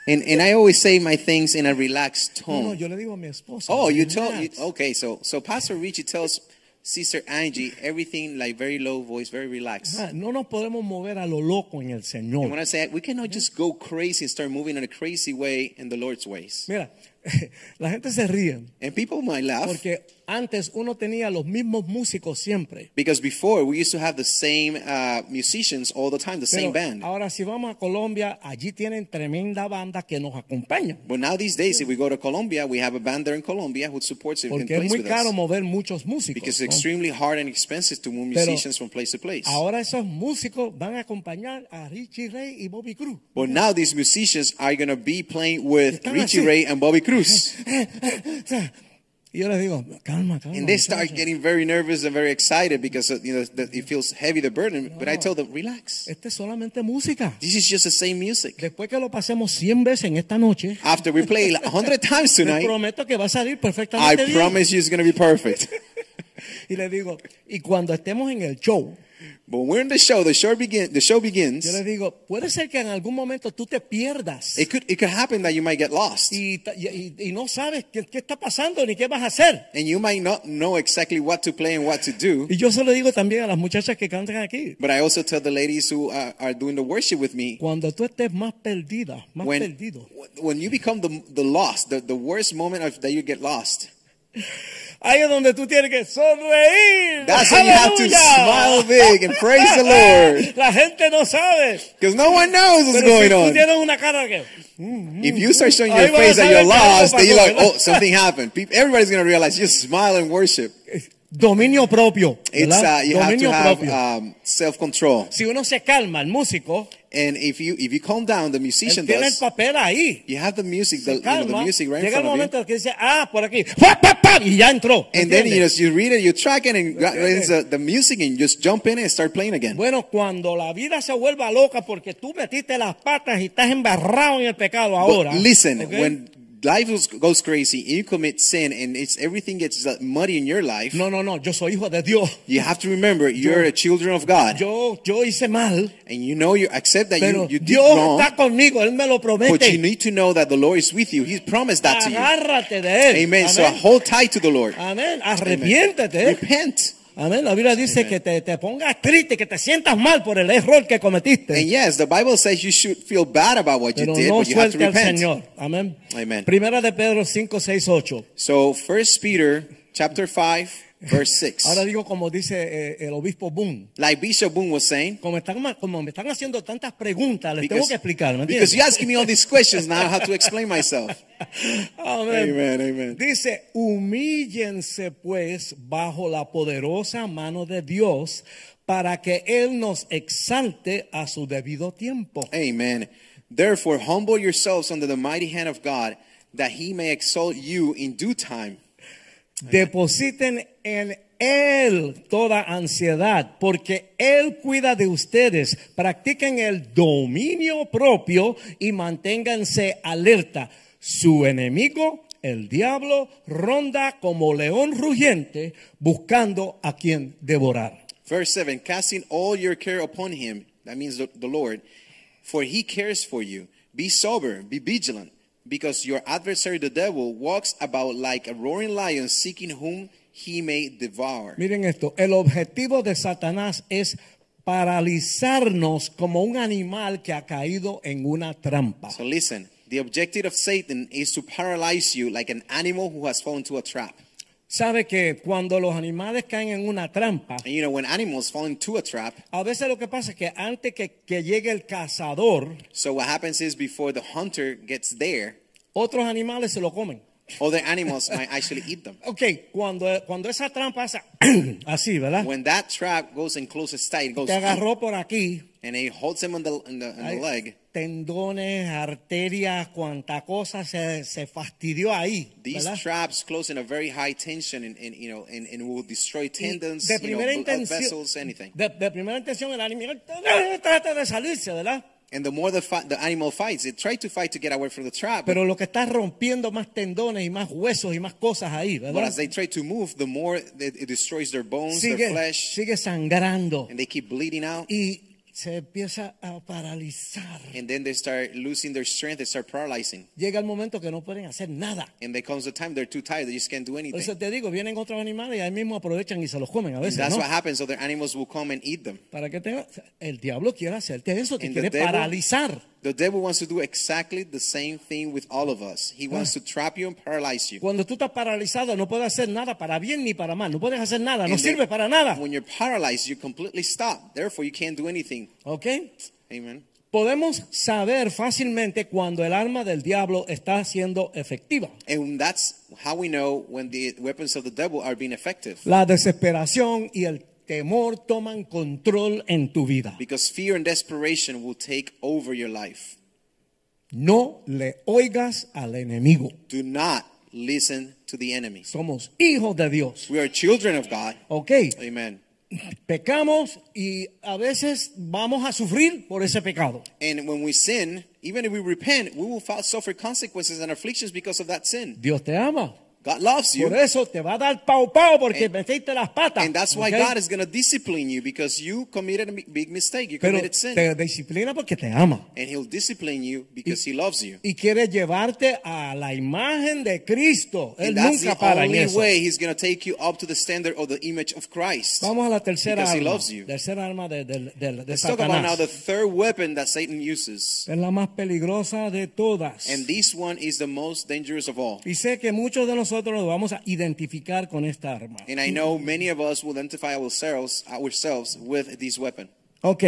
and, and I always say my things in a relaxed
No, no,
tone.
yo le digo a mi esposa.
Oh, you
relax.
told you, okay. So so Pastor Richie tells Sister Angie everything like very low voice, very relaxed.
Ah, No nos podemos mover a lo loco en el
And when
Señor.
I say we cannot just go crazy and start moving in a crazy way in the Lord's ways.
Mira, la gente se ríe
And people might laugh
porque antes uno tenía los mismos músicos siempre.
because before we used to have the same uh, musicians all the time, the
Pero
same band.
Ahora si vamos a Colombia, allí tienen tremenda banda que nos acompaña.
But now these days, if we go to Colombia, we have a band there in Colombia who supports it and
Porque es
plays
muy
with
caro
us.
mover muchos músicos.
Because it's
¿no?
extremely hard and expensive to move
Pero
musicians from place to place.
Ahora esos músicos van a acompañar a Richie Ray y Bobby Cruz.
But now these musicians are going to be playing with
Están
Richie
así.
Ray and Bobby Cruz.
Y yo les digo, calma, calma.
And they start
muchachos.
getting very nervous and very excited because uh, you know that it feels heavy the burden. But I tell them, relax.
Este es solamente música.
This is just the same music.
Después que lo pasemos 100 veces en esta noche,
After we play a hundred times
te
tonight,
prometo que va a salir
I
perfectamente bien.
promise you it's gonna be perfect.
Y le digo, y cuando estemos en el show,
But when we're in the show, the show begin. The show
yo
begins.
les digo, puede ser que en algún momento tú te pierdas
It could it could happen that you might get lost
y, ta- y- y- y no sabes qué, qué está pasando ni qué vas a hacer.
and you might not know exactly what to play and what to do.
Y yo se lo digo también a las muchachas que cantan aquí.
But I also tell the ladies who are, are doing the worship with me
Cuando tú estés más perdida, más
when
perdido,
when you become the the lost, the, the worst moment of that you get lost.
Ahí es donde tú tienes que sonreír.
That's when you have to
¡Aleluya!
smile big and praise the Lord.
La gente no sabe.
Because no one knows what's
Pero si
going
tú
on.
tienes una cara que
If you start showing
Ahí
your
van a
face that
saber que
you're
algo
lost, then
pasó,
you're like, oh,
¿verdad?
something happened. Peop- Everybody's going to realize just smile and worship.
dominio propio,
It's
¿verdad?
uh, you have
dominio
to have
propio.
um, self control.
si uno se calma, el músico
And if you if you calm down, the
él
musician
tiene el
does.
papel ahí.
You have the music, the, you know,
Calma.
the music right in
Llega el
front of you.
momento que dice, ah, por aquí, ¡Fa, pa, pa! y ya entró.
And then you
¿entiendes?
just you read it, you track it, and got-
¿Entiendes?
it's, uh, the music, and you just jump in and start playing again.
bueno, cuando la vida se vuelva loca porque tú metiste las patas y estás embarrado en el pecado
But
ahora.
listen,
¿ok?
when life goes- goes crazy, you commit sin, and it's everything gets uh, muddy in your life.
no, no, no, yo soy hijo de Dios.
You have to remember, you're a children of God.
Yo, yo hice mal.
And you know you accept that
Pero
you, you did
Dios
wrong,
está conmigo, Él me lo
but you
promete.
need to know that the Lord is with you. He promised that to you.
Agárrate de Él.
Amen. So
Amén.
hold tight to the Lord.
Amén.
Amen.
Arrepiéntete.
Repent.
Amén. La Biblia dice
Amen.
que te, te pongas triste, que te sientas mal por el error que cometiste.
And yes, the Bible says you should feel bad about what you
pero
did,
no
but you have to
suelte al
repent.
Señor. Amén.
Amen.
Primera de Pedro 5, 6, 8.
So First Peter chapter 5, verse 6.
Ahora digo como dice eh, el obispo Boone.
Like Bishop Boone was saying,
Como, están, ma- como me están haciendo tantas preguntas, les tengo
because,
que explicar. ¿me
because
entiendes?
you're asking me all these questions now, I have to explain myself.
Amén.
Amen, amen.
Dice, humíllense pues bajo la poderosa mano de Dios para que Él nos exalte a su debido tiempo.
Amen. Therefore, humble yourselves under the mighty hand of God, that he may exalt you in due time.
Depositen en Él toda ansiedad, porque Él cuida de ustedes. Practiquen el dominio propio y manténganse alerta. Su enemigo, el diablo, ronda como león rugiente buscando a quien devorar.
Verse 7 Casting all your care upon him, that means the, the Lord, for he cares for you. Be sober, be vigilant, because your adversary, the devil, walks about like a roaring lion, seeking whom he may devour.
Miren esto, el objetivo de Satanás es paralizarnos como un animal que ha caído en una trampa.
So listen, the objective of Satan is to paralyze you like an animal who has fallen into a trap.
Sabe que cuando los animales caen en una trampa,
And you know, when animals fall into a trap,
a veces lo que pasa es que antes que, que llegue el cazador,
so what happens is before the hunter gets there,
otros animales se lo comen.
other animals might actually eat them.
Ok, cuando, cuando esa trampa hace así, ¿verdad?
When that trap goes and closes tight, it goes
Te agarró por aquí,
and it holds him on the, on the, on
hay
the leg,
tendones, arterias, cuanta cosa se, se fastidió ahí.
these
¿verdad?
traps close in a very high tension and, and you know and, and will destroy
Y
tendons,
de
you know,
primera
blood
intención,
vessels, anything.
de, de primera intención el animal trata de salirse, ¿verdad?
And the more the, fi- the animal fights, it tries to fight to get away from the trap.
Pero lo que está rompiendo más tendones y más huesos y más cosas ahí,
but
¿verdad?
as they try to move, the more it, it destroys their bones, their
Sigue,
flesh,
sigue sangrando
and they keep bleeding out.
y se empieza a paralizar.
And then they start losing their strength. They start paralyzing.
Llega el momento que no pueden hacer nada.
And there comes a time they're too tired. They just can't do
Por eso
anything.
te digo, vienen otros animales y ahí mismo aprovechan y se los comen a
And
veces,
that's
¿no?
what happens. Other animals will come and eat them.
Para que tenga, el diablo quiere hacerte eso, te
And the
quiere
devil-
paralizar.
The devil wants to do exactly the same thing with all of us.
Ah.
He wants to trap you and paralyze you.
Cuando tú estás paralizado no puedes hacer nada para bien ni para mal, no puedes hacer nada, no
And
sirve
then
para nada.
When you're paralyzed, you completely stop. Therefore, you can't do anything.
¿Ok?
Amen.
Podemos saber fácilmente cuando el arma del diablo está siendo efectiva.
And that's how we know when the weapons of the devil are being effective.
La desesperación y el temor toman control en tu vida.
Because fear and desperation will take over your life.
No le oigas al enemigo.
Do not listen to the enemy.
Somos hijos de Dios.
We are children of God.
¿Ok?
Amen.
Pecamos y a veces vamos a sufrir por ese pecado.
And when we sin, even if we repent, we will fa- suffer consequences and afflictions because of that sin.
Dios te ama.
God loves you.
Por eso te va a dar pau pau porque
And-
metiste las patas.
And that's why
¿ok?
God is going to discipline you because you committed a mi- big mistake. You
Pero
committed sin.
te disciplina porque te ama.
and He'll discipline you because He loves you.
Y quiere llevarte a la imagen de Cristo. Él
And that's
nunca
the
para en
only
eso.
way He's going to take you up to the standard or the image of Christ.
Vamos a la tercera
Because he
arma.
loves you.
Tercera arma de, del- del- de
Let's talk about now
Satanás.
the third weapon that Satan uses.
Es la más peligrosa de todas.
And this one is the most dangerous of all.
y sé que muchos de nosotros nos vamos a identificar con esta arma.
And I know many of us will identify ourselves, ourselves with this weapon.
Ok.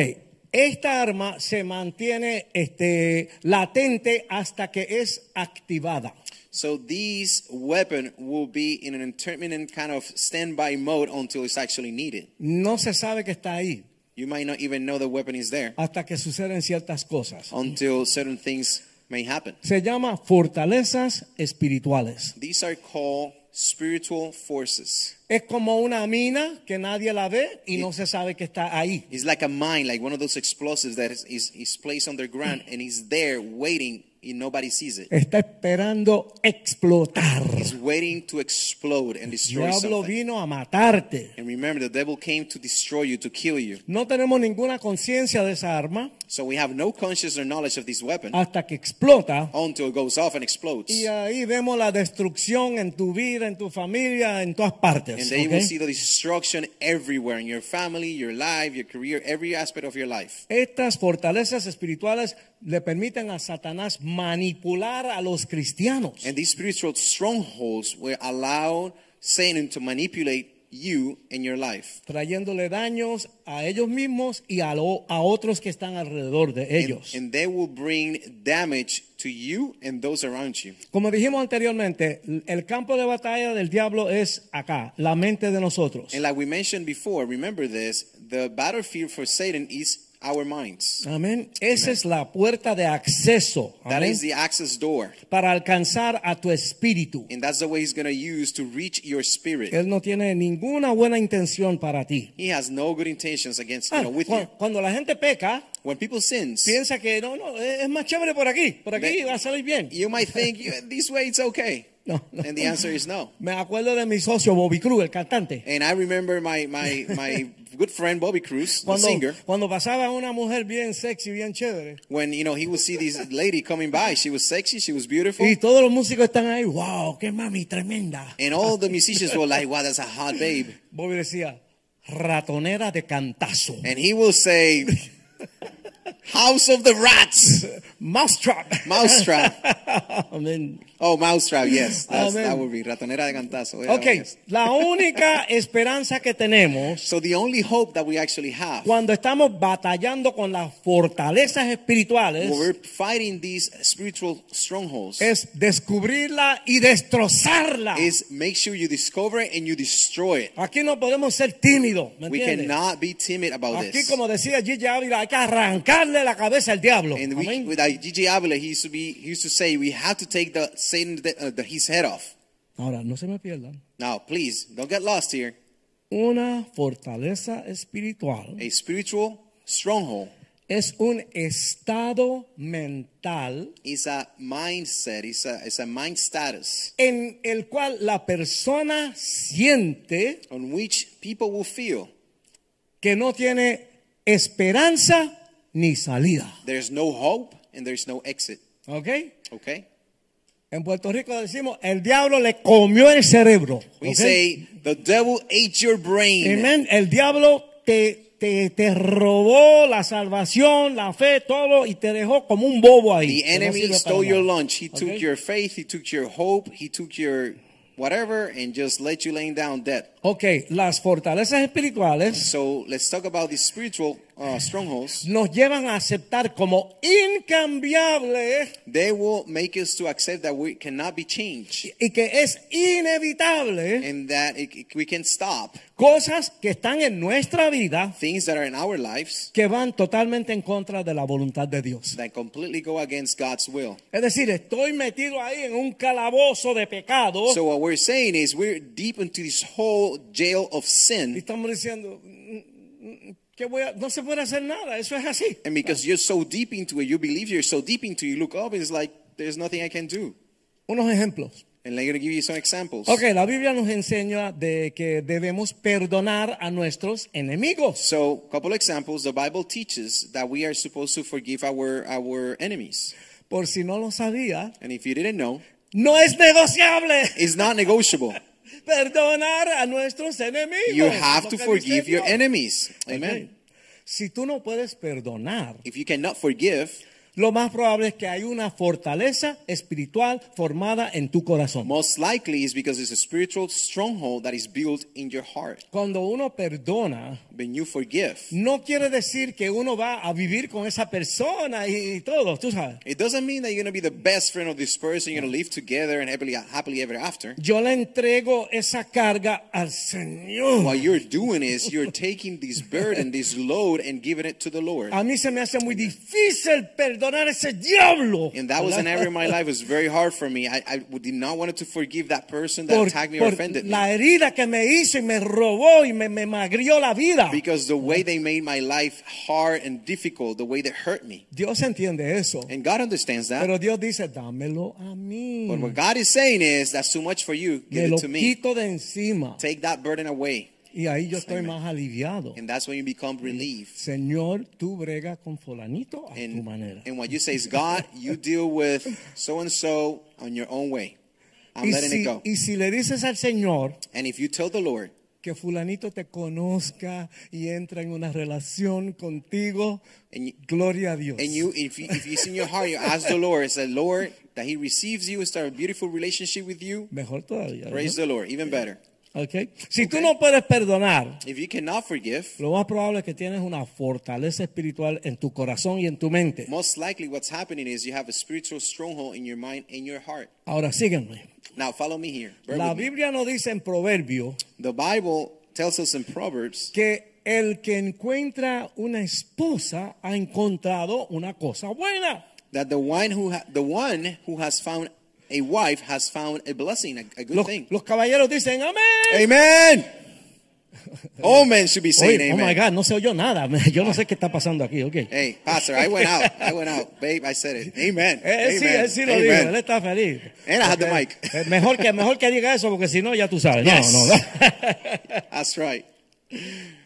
Esta arma se mantiene este, latente hasta que es activada.
So these weapon will be in an intermittent kind of standby mode until it's actually needed.
No se sabe que está ahí
You might not even know the weapon is there
hasta que suceden ciertas cosas.
until certain things may happen.
Se llama fortalezas espirituales.
These are called spiritual forces.
Es como una mina que nadie la ve y no se sabe que está ahí.
It's like a mine, like one of those explosives that is, is, is placed underground and is there waiting and nobody sees it.
Está esperando explotar.
It's waiting to explode and
El
destroy
diablo
something.
vino a matarte.
And remember, the devil came to destroy you, to kill you.
No tenemos ninguna conciencia de esa arma
So we have no conscious or knowledge of this weapon
hasta que explota.
until it goes off and explodes.
Y ahí vemos la destrucción en tu vida, en tu familia, en todas
And
partes.
then you
¿ok?
will see the destruction everywhere in your family, your life, your career, every aspect of your life.
Estas fortalezas espirituales le permiten a Satanás manipular a los cristianos.
And these spiritual strongholds will allow Satan to manipulate you and your life.
trayéndole daños a ellos mismos y a, lo- a otros que están alrededor de
And,
ellos.
and they will bring damage to you and those around you.
Como dijimos anteriormente, el campo de batalla del diablo es acá, la mente de nosotros.
And like we mentioned before, remember this the battlefield for Satan is our minds.
Amén. Esa es la puerta de acceso
That
amén,
is the access door.
para alcanzar a tu espíritu.
And that's the way he's going to use to reach your spirit.
Él no tiene ninguna buena intención para ti.
He has no good intentions against you
Ah,
know, with
cu-
you.
cuando la gente peca,
When people sins,
piensa que no, no, es es más chévere por aquí, por aquí
Ve-
va a salir bien.
you might think "Yeah, this way it's okay.
No, no.
And the answer is no.
Me acuerdo de mi socio Bobby Cruz, el cantante.
And I remember my my my good friend Bobby Cruz, the
cuando,
singer,
cuando pasaba una mujer bien sexy, bien chévere,
when you know he would see this lady coming by. She was sexy, she was beautiful,
y todos los músicos están ahí, wow, qué mami tremenda.
and all the musicians were like, "Wow, that's a hot babe."
Bobby
Eh.
decía, ratonera de cantazo.
And he will say, House of the rats.
Mousetrap.
Mousetrap.
Amén.
Oh, mousetrap. Yes, that's,
Amen.
that would be ratonera de cantazo. Yeah,
Ok,
yes.
la única esperanza que tenemos
So the only hope that we actually have
cuando estamos batallando con las fortalezas espirituales
when we're fighting these spiritual strongholds
es descubrirla y destrozarla.
is make sure you discover it and you destroy it.
Aquí no podemos ser tímidos, ¿me
We
entiendes?
cannot be timid about
Aquí,
this.
como decía Gigi Ávila, hay que arrancarle la cabeza al diablo.
And we,
Amén.
with like, G.G. Avila, he used to be, he used to say, we have to take the Satan the, uh, the, his head off.
Ahora, no se me pierdan.
Now, please don't get lost here.
Una fortaleza espiritual
A spiritual stronghold
es un estado mental
is a mindset. It's a it's a mind status
en el cual la persona siente
on which people will feel
que no tiene esperanza ni salida.
there's no hope and there's no exit.
¿Ok?
Okay.
En Puerto Rico decimos, el diablo le comió el cerebro.
We
¿ok?
say the devil ate your brain.
Amén. El diablo te, te, te robó la salvación, la fe, todo, y te dejó como un bobo ahí. que
The
no sirve
enemy
para
stole your
nada.
lunch. He took
Ok.
your faith. He took your hope. He took your whatever and just let you laying down dead.
Ok, las fortalezas espirituales
So let's talk about these spiritual uh, strongholds.
nos llevan a aceptar como incambiable
They will make us to accept that we cannot be changed
y que es inevitable
and that it, it- we can stop
cosas que están en nuestra vida
things that are in our lives
que van totalmente en contra de la voluntad de Dios.
that completely go against God's will.
Es decir, estoy metido ahí en un calabozo de pecado
So what we're saying is we're deep into this whole jail of
y
sin.
estamos diciendo "Mm, mm, que voy a- no se puede hacer nada, eso es así.
And because you're so deep into it, you believe you're so deep into it, you look up and it's like, there's nothing I can do.
Unos ejemplos.
And I'm going to give you some examples.
Ok, la Biblia nos enseña de que debemos perdonar a nuestros enemigos.
So, a couple examples. The Bible teaches that we are supposed to forgive our our enemies,
Por si no lo sabía,
and if you didn't know,
no es negociable
it's not negotiable.
perdonar a nuestros enemigos.
You have
Lo
to
que
forgive
dice
your
Dios.
enemies.
Ok.
Amen.
Si tú no puedes perdonar,
If you cannot forgive,
lo más probable es que hay una fortaleza espiritual formada en tu corazón.
most likely it's because it's a spiritual stronghold that is built in your heart.
Cuando uno perdona,
When you forgive,
no quiere decir que uno va a vivir con esa persona y, y todo, tú sabes.
it doesn't mean that you're going to be the best friend of this person. You're going to live together and happily happily ever after.
Yo le entrego esa carga al Señor.
What you're doing is you're taking this burden, this load, and giving it to the Lord.
A mí se me hace muy difícil perdonar a ese diablo.
And that was an area in my life. It was very hard for me. I, I did not want to forgive that person that
Por-
attacked me or
por
offended
la
me.
herida que me hizo y me robó y me, me magrió la vida.
Because the way they made my life hard and difficult, the way they hurt me.
Dios entiende eso.
And God understands that.
Pero Dios dice, dámelo a mí.
But what God is saying is, that's too much for you.
Me
Give
lo
it to me.
quito de encima.
Take that burden away.
Y ahí yo estoy
Amen.
más aliviado.
And that's when you become relieved.
Señor, tú brega con fulanito a tu
And,
manera.
and what you say is, God, you deal with so and so on your own way. I'm
Y
letting
si,
it go.
y si le dices al Señor
And if you tell the Lord,
que fulanito te conozca y entra en una relación contigo,
And you-
gloria a Dios.
And you, if you, if it's in your heart, you ask the Lord, say, Lord, that He receives you and start a beautiful relationship with you.
Mejor todavía.
Praise
¿no?
the Lord, even better.
Okay. Si tú no puedes perdonar,
If you cannot forgive,
lo más probable es que tienes una fortaleza espiritual en tu corazón y en tu mente.
most likely what's happening is you have a spiritual stronghold in your mind and your heart.
Ahora síganme.
Now, follow me here. Bear
La
with me.
Biblia nos dice en Proverbio
The Bible tells us in Proverbs
que el que encuentra una esposa ha encontrado una cosa buena.
that the one who ha- the one who has found a wife has found a blessing, a, a good
Los,
thing.
los caballeros dicen amén.
Amen. All men should be saying
Oye, oh
amen.
my God, no se oyó nada. Yo no sé qué está pasando aquí. Eh, Okay.
Hey, pastor, I went out. I went out, babe. I said it. Amen.
Eh, eh, sí,
Amen.
él sí lo
Amen.
dijo, él está feliz.
And I had the
Ok.
mic.
Eh, Mejor que, mejor que diga eso, porque si no, ya tú sabes. No,
Yes.
no.
That's right.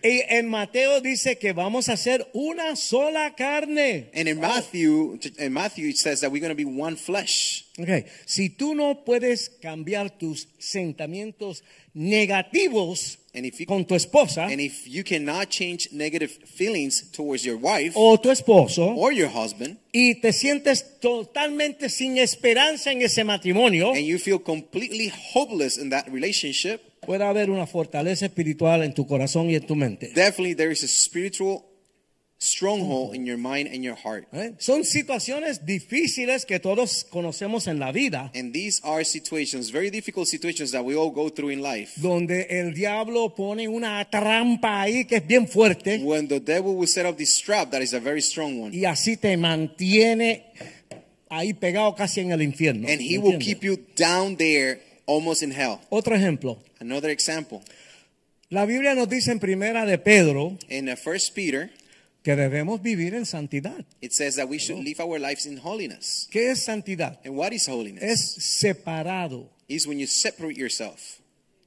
Y en Mateo dice que vamos a hacer una sola carne.
And in Matthew, in Matthew it says that we're going to be one flesh.
Ok, Si tú no puedes cambiar tus sentimientos negativos
And if you-
con tu esposa
And if you cannot change negative feelings towards your wife
o tu esposo
or your husband,
y te sientes totalmente sin esperanza en ese matrimonio,
and you feel completely hopeless in that relationship,
puede haber una fortaleza espiritual en tu corazón y en tu mente.
definitely there is a spiritual stronghold in your mind and your heart.
¿Eh? Son situaciones difíciles que todos conocemos en la vida,
And these are situations, very difficult situations that we all go through in life.
donde el diablo pone una trampa ahí que es bien fuerte
When the devil will set up this trap that is a very strong one,
y así te mantiene ahí pegado casi en el infierno.
and
¿me
he will
entiendes?
keep you down there almost in hell.
Otro ejemplo,
Another example
la Biblia nos dice en primera de Pedro
in uh, First Peter,
que debemos vivir en santidad.
it says that we should live our lives in holiness.
¿Qué es santidad?
And what is holiness?
Es separado.
is when you separate yourself.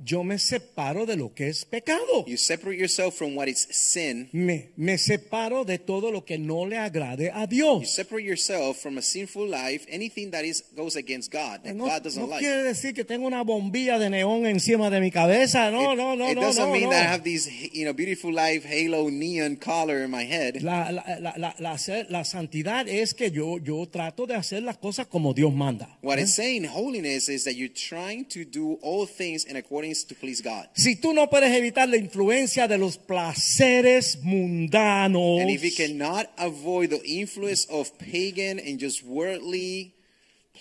Yo me separo de lo que es pecado.
You separate yourself from what is sin.
Me, me separo de todo lo que no le agrade a
You
Dios.
separate yourself from a sinful life, anything that is goes against God, that
No,
God doesn't
no
like.
quiere decir que tengo una bombilla de neón encima de mi cabeza. No,
it,
no, no,
it
no,
doesn't
no,
mean
no.
that I have these, you know, beautiful life halo neon collar in my head.
La, la- la- la- la ser- la santidad es que yo, yo trato de hacer las cosas como Dios manda.
What it's saying, holiness, is that you're trying to do all things in accordance to please God.
Si tú no puedes evitar la influencia de los placeres mundanos,
And if you cannot avoid the influence of pagan and just worldly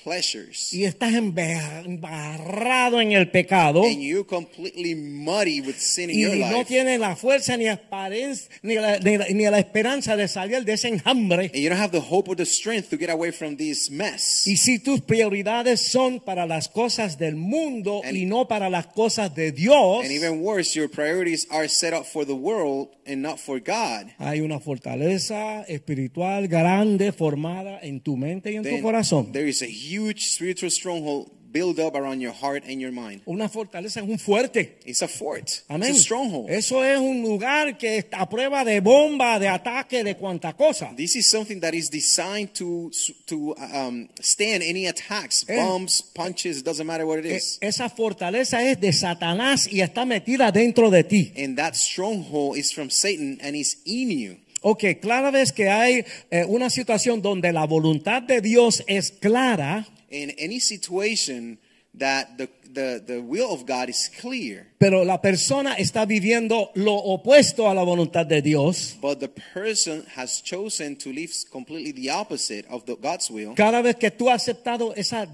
pleasures,
y estás embe- embarrado en el pecado,
and you completely muddy with sin in
y
your
no
life,
tienes la fuerza ni, aparenc- ni, la, ni la- ni la esperanza de salir de ese enjambre,
and you don't have the hope or the strength to get away from this mess.
Y si tus prioridades son para las cosas del mundo
And-
y no para las cosas de Dios,
And even worse, your priorities are set up for the world and not for God.
hay una fortaleza espiritual grande formada en tu mente y en tu
Then
corazón.
there is a huge spiritual stronghold built up around your heart and your mind.
Una fortaleza es un fuerte.
It's a fort.
Amén.
It's a stronghold.
Eso es un lugar que está a prueba de bomba, de ataque, de cuanta cosa.
This is something that is designed to to um, stand any attacks,
Eh.
bombs, punches. Doesn't matter what it
E-
is.
Esa fortaleza es de Satanás y está metida dentro de ti.
and that stronghold is from Satan and is in you.
Ok, clara vez que hay eh, una situación donde la voluntad de Dios es clara.
In any situation that the the the will of God is clear,
Pero la persona está viviendo lo opuesto a la voluntad de Dios.
but the person has chosen to live completely the opposite of the, God's will.
Cada vez que tú has aceptado esa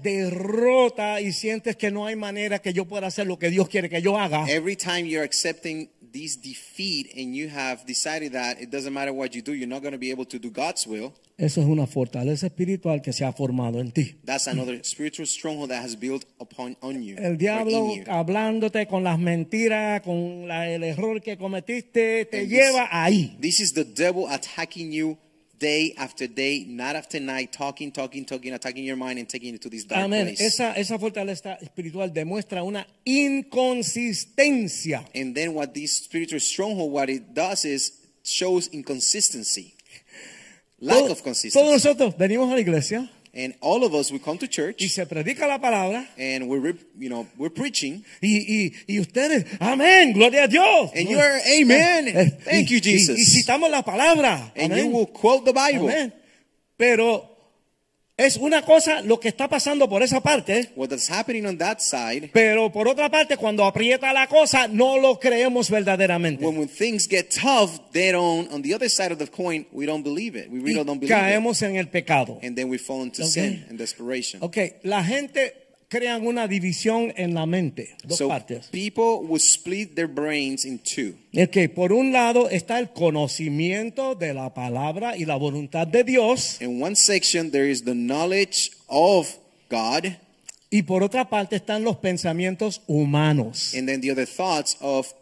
derrota y sientes que no hay manera que yo pueda hacer lo que Dios quiere que yo haga,
Every time you're accepting this defeat and you have decided that it doesn't matter what you do, you're not going to be able to do God's will.
eso es una fortaleza espiritual que se ha formado en ti.
That's another spiritual stronghold that has built upon on you. or
El diablo
in you.
hablándote con las mentiras, con la- el error que cometiste, te
And this-
lleva ahí.
This is the devil attacking you day after day, night after night, talking, talking, talking, attacking your mind and taking it to this dark
Amén.
place.
Esa, esa fortaleza espiritual demuestra una inconsistencia.
and then what this spiritual stronghold, what it does is shows inconsistency, lack
Todo-
of consistency.
todos nosotros venimos a la iglesia
and all of us, we come to church
y se predica la palabra.
and we're, re- you know, we're preaching.
Y, y, y ustedes, amén, gloria a Dios.
And you are, amen.
Eh, eh,
Thank
y-
you, Jesus.
Y, y citamos la palabra.
And
amén,
you will quote the Bible.
amén. Pero es una cosa lo que está pasando por esa parte. ¿eh?
What is happening on that side,
Pero por otra parte, cuando aprieta la cosa, no lo creemos verdaderamente.
when, when things get tough, they don't, on the other side of the coin, we don't believe it. We
Y
really don't believe it.
caemos en el pecado.
and then we fall into
Okay.
sin and desperation.
Ok, la gente crean una división en la mente. Dos
So
partes.
people will split their brains in two.
Es que por un lado está el conocimiento de la palabra y la voluntad de Dios.
In one section, there is the knowledge of God,
Y por otra parte están los pensamientos humanos.
and then the other thoughts of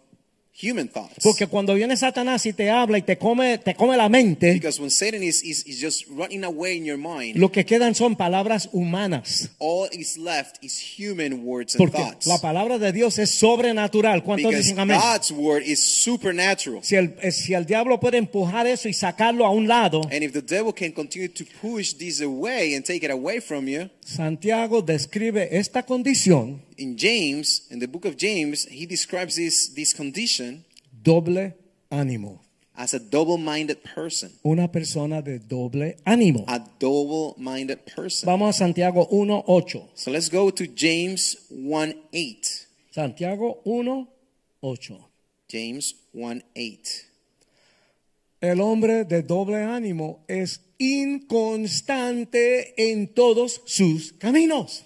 human thoughts.
Porque cuando viene Satanás y te habla y te come, te come la mente,
Because when Satan is, is, is just running away in your mind,
lo que quedan son palabras humanas.
all is left is human words and
Porque
thoughts.
la palabra de Dios es sobrenatural. ¿Cuántos
Because
dicen amén?
God's word is supernatural.
Si el, eh, si el diablo puede empujar eso y sacarlo a un lado,
And if the devil can continue to push this away and take it away from you,
Santiago describe esta condición
in James, in the book of James, he describes this, this condition
doble ánimo.
as a double minded person.
Una persona de doble ánimo.
A double minded person.
Vamos a Santiago 1.8.
So let's go to James 1 8.
Santiago 1.8.
James 1 8.
El hombre de doble ánimo es inconstante en todos sus caminos.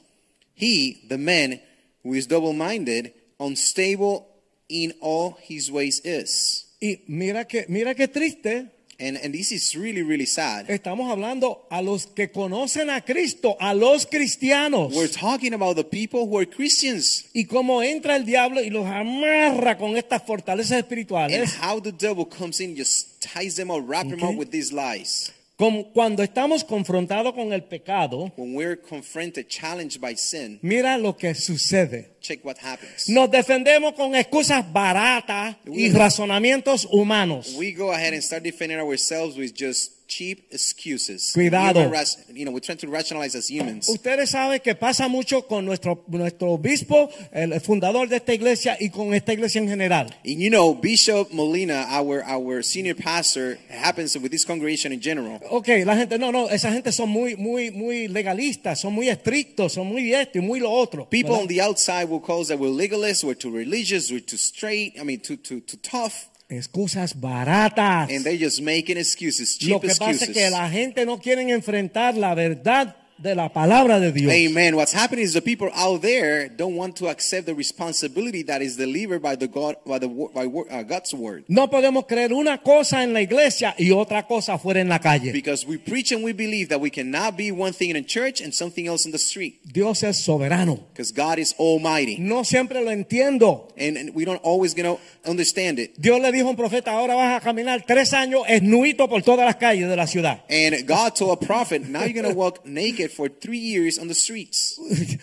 He, the man who is double minded, unstable in all his ways is.
Y mira que mira qué triste.
And, and this is really, really sad.
Estamos hablando a los que conocen a Cristo, a los cristianos.
We're talking about the people who are Christians
Y cómo entra el diablo y los amarra con estas fortalezas
and
espirituales.
how the devil comes in, just ties them up, wrap them
Okay.
up with these lies.
Como cuando estamos confrontados con el pecado,
When we're confronted, challenged by sin,
mira lo que sucede.
check what happens.
Nos defendemos con excusas baratas y razonamientos humanos.
We go ahead and start defending ourselves with just cheap excuses.
Cuidado.
Human rac- you know, we're trying to rationalize as humans.
Ustedes saben que pasa mucho con nuestro, nuestro obispo, el fundador de esta iglesia y con esta iglesia en general.
And you know, Bishop Molina, our our senior pastor, happens with this congregation in general.
Ok, la gente, no, no, esa gente son muy, muy, muy legalistas, son muy estrictos, son muy esto y muy lo otro.
People
¿verdad?
on the outside will call us that we're legalists, we're too religious, we're too straight, I mean, too, too, too tough.
Excusas baratas.
And they're just making excuses,
Lo
cheap
que pasa
excuses.
es que la gente no quiere enfrentar la verdad de la palabra de Dios.
Amen. What's happening is the people out there don't want to accept the responsibility that is delivered by the God by the wo- by wo- uh, God's word.
No podemos creer una cosa en la iglesia y otra cosa fuera en la calle.
Because we preach and we believe that we cannot be one thing in a church and something else in the street.
Dios es soberano.
Because God is Almighty,
No siempre lo entiendo.
and, and we don't always gonna understand it.
Dios le dijo a un profeta, ahora vas a caminar tres años esnuito por todas las calles de la ciudad.
And God told a prophet, now you're going to walk naked for three years on the streets.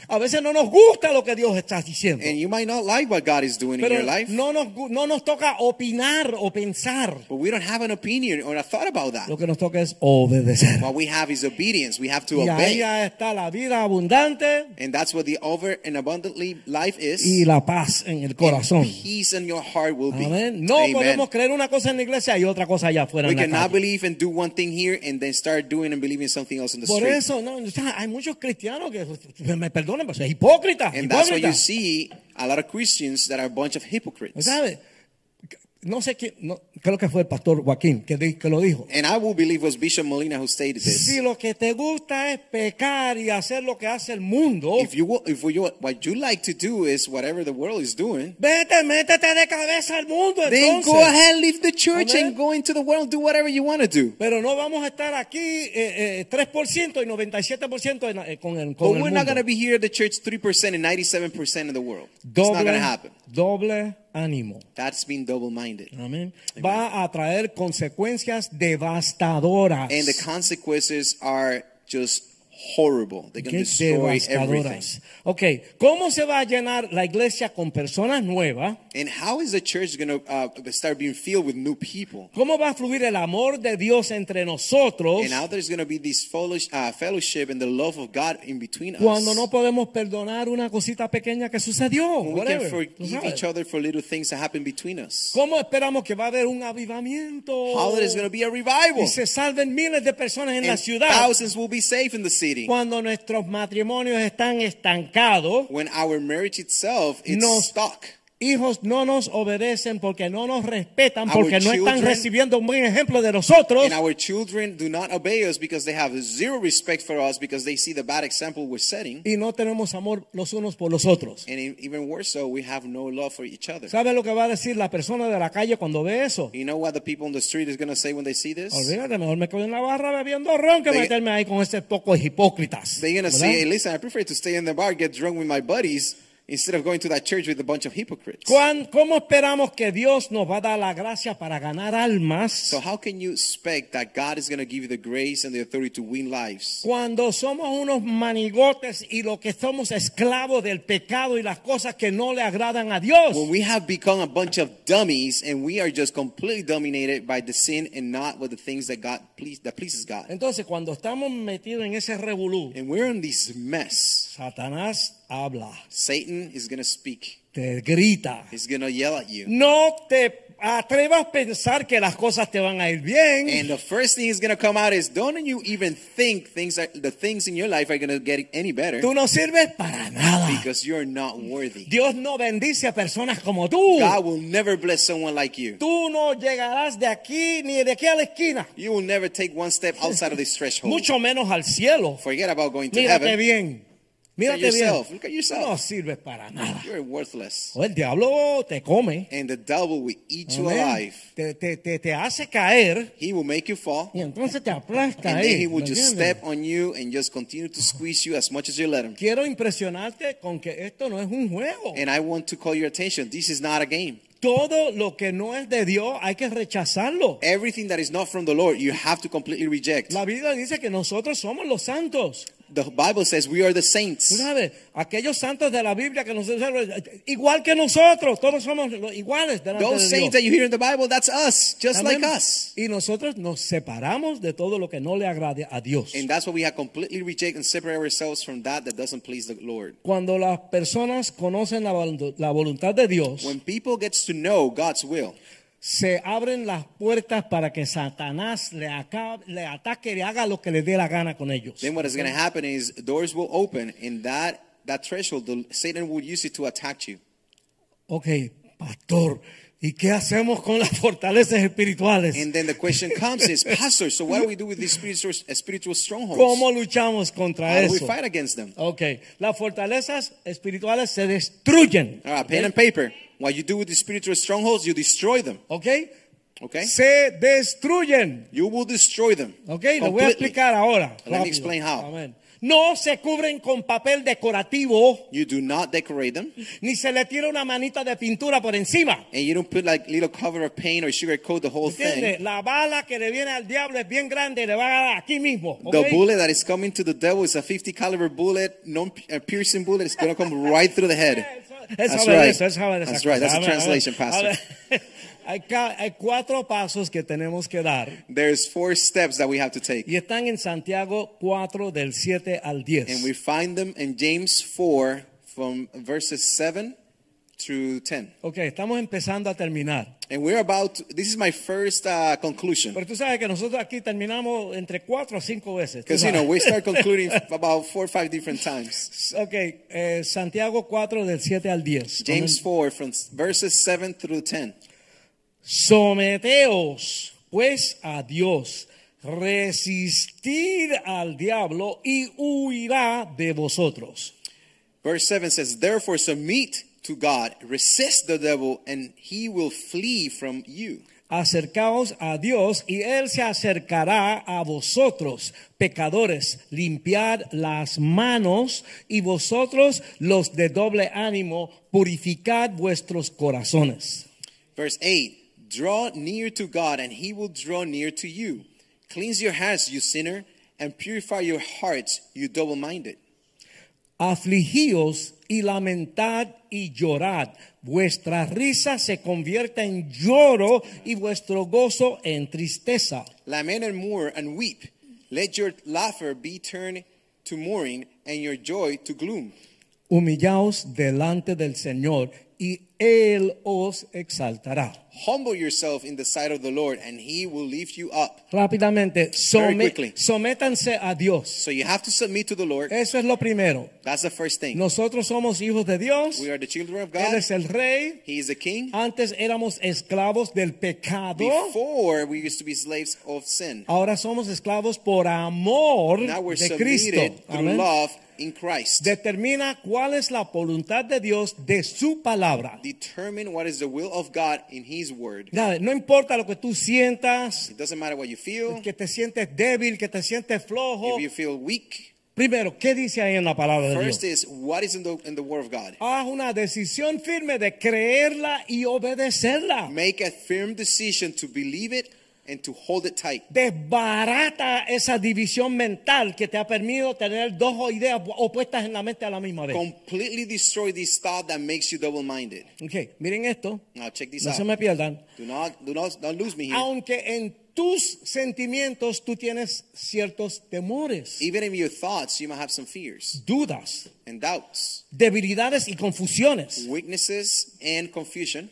A veces no nos gusta lo que Dios está diciendo.
And you might not like what God is doing in
Pero
your life,
no nos, gu- no nos toca opinar o pensar.
but we don't have an opinion or a thought about that.
Lo que nos toca es obedecer.
What we have is obedience. We have to
Y ahí
obey.
está la vida abundante
And that's what the over and abundantly life is.
y la paz en el
And
corazón.
peace in your heart will be.
Amén. No
Amen.
podemos creer una cosa en la iglesia y otra cosa allá afuera.
We
en la
cannot
calle.
believe and do one thing here and then start doing and believing something else in the
Por
street.
eso, no, o sea, hay muchos cristianos que me- me perdonen, pero es hipócrita.
and that's what you
hipócrita.
see a lot of Christians that are a bunch of hypocrites.
¿Sabe? No sé quién, no, creo que fue el pastor Joaquín que, di- que lo dijo.
And I will believe it was Bishop Molina who stated this.
Si lo que te gusta es pecar y hacer lo que hace el mundo,
If you will- if you, what you like to do is whatever the world is doing,
vete, métete de cabeza al mundo.
then
entonces.
go ahead, leave the church
Amen.
and go into the world, do whatever you want to do.
Pero no vamos a estar aquí eh, eh, 3% y 97% en la- eh, con el,
But
con el
we're
mundo.
not going to be here at the church 3% and 97% of the world. It's not
doble,
going to happen.
doble ánimo.
That's being double minded.
Amén. Va a traer consecuencias devastadoras.
And the consequences are just horrible. They can
Qué
destroy everything.
devastadoras. Ok, ¿cómo se va a llenar la iglesia con personas nuevas?
And how is the church going to uh, start being filled with new people?
¿Cómo va a fluir el amor de Dios entre nosotros
And how there's going to be this fellowsh- uh, fellowship and the love of God in between us.
cuando no podemos perdonar una cosita pequeña que sucedió?
we
Whatever,
can
tú
forgive
sabes.
each other for little things that happen between us.
¿Cómo esperamos que va a haber un avivamiento?
How there is going to be a revival.
Y se salven miles de personas en la
And
ciudad
thousands will be safe in the city.
cuando nuestros matrimonios están estancados.
When our marriage itself is
No.
stuck.
Hijos no nos obedecen porque no nos respetan,
Our
porque no están
children-
recibiendo un buen ejemplo de nosotros.
And our children do not obey us because they have zero respect for us because they see the bad example we're setting.
y no tenemos amor los unos por los otros.
And in- even worse so, we have no love for each other.
¿Sabe lo que va a decir la persona de la calle cuando ve eso?
You know what the people on the street is going to say when they see this?
Olvídate, mejor me quedo en la barra bebiendo ron que
They-
meterme ahí con ese poco de hipócritas.
They're going to
¿verdad?
say, hey, listen, I prefer to stay in the bar, get drunk with my buddies, instead of going to that church with a bunch of hypocrites.
¿Cuán- ¿Cómo esperamos que Dios nos va a dar la gracia para ganar almas
So how can you expect that God is going to give you the grace and the authority to win lives
cuando somos unos manigotes y lo que somos esclavos del pecado y las cosas que no le agradan a Dios?
when we have become a bunch of dummies and we are just completely dominated by the sin and not with the things that God please that pleases God?
Entonces, cuando estamos metidos en ese revolú,
And we're in this mess.
Satanás habla,
Satan is going to speak.
te grita.
He's going to yell at you.
No te atrevas a pensar que las cosas te van a ir bien.
And the first thing is going to come out is don't you even think things are the things in your life are going to get any better
Tú no sirves para nada.
because you're not worthy.
Dios no bendice a personas como tú.
God will never bless someone like you.
Tú no llegarás de aquí ni de aquí a la esquina,
You will never take one step outside of this threshold.
mucho menos al cielo.
Forget about going to
Mírate
heaven.
bien. Mírate bien.
yourself. Look at yourself.
Tú no sirves para nada.
You're worthless.
O el diablo te come.
And the devil will eat you
Amén.
alive.
Te, te, te, te hace caer
He will make you fall.
y entonces te aplasta
And
ahí.
then he will
¿me
just
entiendes?
step on you and just continue to squeeze you as much as you let him.
Quiero impresionarte con que esto no es un juego.
And I want to call your attention. This is not a game.
Todo lo que no es de Dios hay que rechazarlo.
Everything that is not from the Lord, you have to completely reject.
La Biblia dice que nosotros somos los santos.
The Bible says we are the
Tú
saints.
sabes, aquellos santos de la Biblia que nosotros igual que nosotros, todos somos los iguales delante de
Those
Dios.
saints that you hear in the Bible, that's us, just
Amén.
like us.
Y nosotros nos separamos de todo lo que no le agrade a Dios.
And that's why we have completely reject and separate ourselves from that that doesn't please the Lord.
Cuando las personas conocen la, vol- la voluntad de Dios,
When people gets to know God's will,
se abren las puertas para que Satanás le, acabe- le ataque, le haga lo que le dé la gana con ellos.
then what is going to happen is doors will open, and that that threshold, the, Satan will use it to attack you.
Ok, pastor, ¿y qué hacemos con las fortalezas espirituales?
And then the question comes: Is Pastor, so what do we do with these spiritual, uh, spiritual strongholds?
¿Cómo luchamos
How
contra
do we
eso?
fight against them?
Ok, las fortalezas espirituales se destruyen.
All right, Uh, pen and paper. What you do with the spiritual strongholds, you destroy them.
Ok,
Okay,
se destruyen.
you will destroy them.
Ok, lo voy a
completely.
explicar ahora.
me
rápido.
explain how.
Amén. No se cubren con papel decorativo,
You do not decorate them,
ni se le tira una manita de pintura por encima.
and you don't put like little cover of paint or sugar coat the whole
¿Entiendes?
thing.
La bala que le viene al diablo es bien grande y le va a dar aquí mismo. ¿ok?
The bullet that is coming to the devil is a 50 caliber bullet, non a piercing bullet. It's gonna come right through the head.
Es
That's
saber
right.
eso, es saber esa
That's right. That's
cosa. A ver, a
the
ver,
translation, Pastor.
a ver. Hay, ca- hay cuatro pasos que tenemos que dar
There's four steps that we have to take,
y están en Santiago 4 del 7 al 10.
and we find them in James 4 from verses 7 through 10.
ok, estamos empezando a terminar.
And we're about. To, this is my first uh, conclusion
Pero tú sabes que nosotros aquí terminamos entre cuatro o cinco veces. tú
because you know
sabes.
we start concluding about four or five different times.
ok, eh, Santiago 4 del 7 al 10.
James
Amén.
4 from s- verses 7 through 10.
Someteos pues a Dios, resistid al diablo y huirá de vosotros.
Verse 7 says, Therefore submit to God, resist the devil, and he will flee from you.
Acercaos a Dios y Él se acercará a vosotros, pecadores. Limpiad las manos y vosotros, los de doble ánimo, purificad vuestros corazones.
Verse 8 Draw near to God, and he will draw near to you. Cleanse your hands, you sinner, and purify your hearts, you double minded.
Afligíos y lamentad y llorad. Vuestra risa se convierta en lloro y vuestro gozo en tristeza.
Lament and mourn and weep. Let your laughter be turned to mourning, and your joy to gloom.
Humillaos delante del Señor y Él os exaltará.
Humble yourself in the sight of the Lord, and he will lift you up.
Rápidamente, some-
Very quickly.
sométanse a Dios.
So you have to submit to the Lord.
Eso es lo primero.
That's the first thing.
Nosotros somos hijos de Dios.
We are the children of
Él
God.
es el rey.
He is the king.
Antes éramos esclavos del pecado.
Before we used to be slaves of sin.
Ahora somos esclavos por amor
Now we're
Ah, de Cristo.
submitted through
Amén.
love in Christ.
Determina cuál es la voluntad de Dios de su palabra.
Determine what is the will of God in His Word.
Nada, No importa lo que tú sientas,
It doesn't matter what you feel,
que te sientes débil, que te sientes flojo,
if you feel weak,
Primero, ¿qué dice ahí en la palabra de Dios?
First is what is in the in the Word of God.
Haz una decisión firme de creerla y obedecerla.
Make a firm decision to believe it and to hold it tight.
Desbarata esa división mental que te ha permitido tener dos ideas opuestas en la mente a la misma vez.
Completely destroy this thought that makes you double-minded.
Ok, miren esto.
Now check this
No se
out.
me pierdan.
Do not do not don't lose me here.
Aunque en tus sentimientos tú tienes ciertos temores,
Even in your thoughts, you might have some fears
dudas,
and doubts,
debilidades y confusiones.
weaknesses and confusion.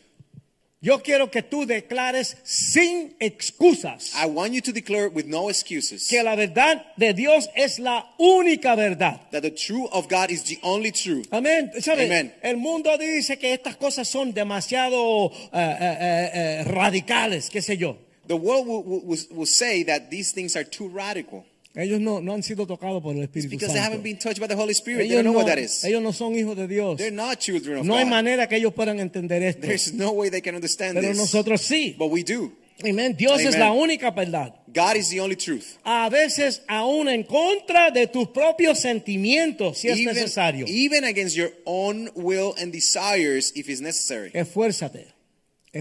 Yo quiero que tú declares sin excusas
I want you to declare with no excuses
que la verdad de Dios es la única verdad.
that the truth of God is the only truth.
Amén. ¿Sabe?
Amen.
El mundo dice que estas cosas son demasiado eh, eh, eh, eh, radicales, qué sé yo.
The world will, will- will, will say that these things are too radical
Ellos no, no han sido tocados por el Espíritu
because they
Santo.
haven't been touched by the Holy Spirit.
ellos,
they don't know
no,
what that is.
ellos no son hijos de Dios.
They're not children of
No hay
God.
manera que ellos puedan entender esto.
There's no way they can understand
Pero
this.
nosotros sí.
But we do.
Amén. Dios es
Amen.
la única verdad.
God is the only truth.
A veces aún en contra de tus propios sentimientos, si es
even,
necesario.
even against your own will and desires, if it's necessary.
Esfuérzate.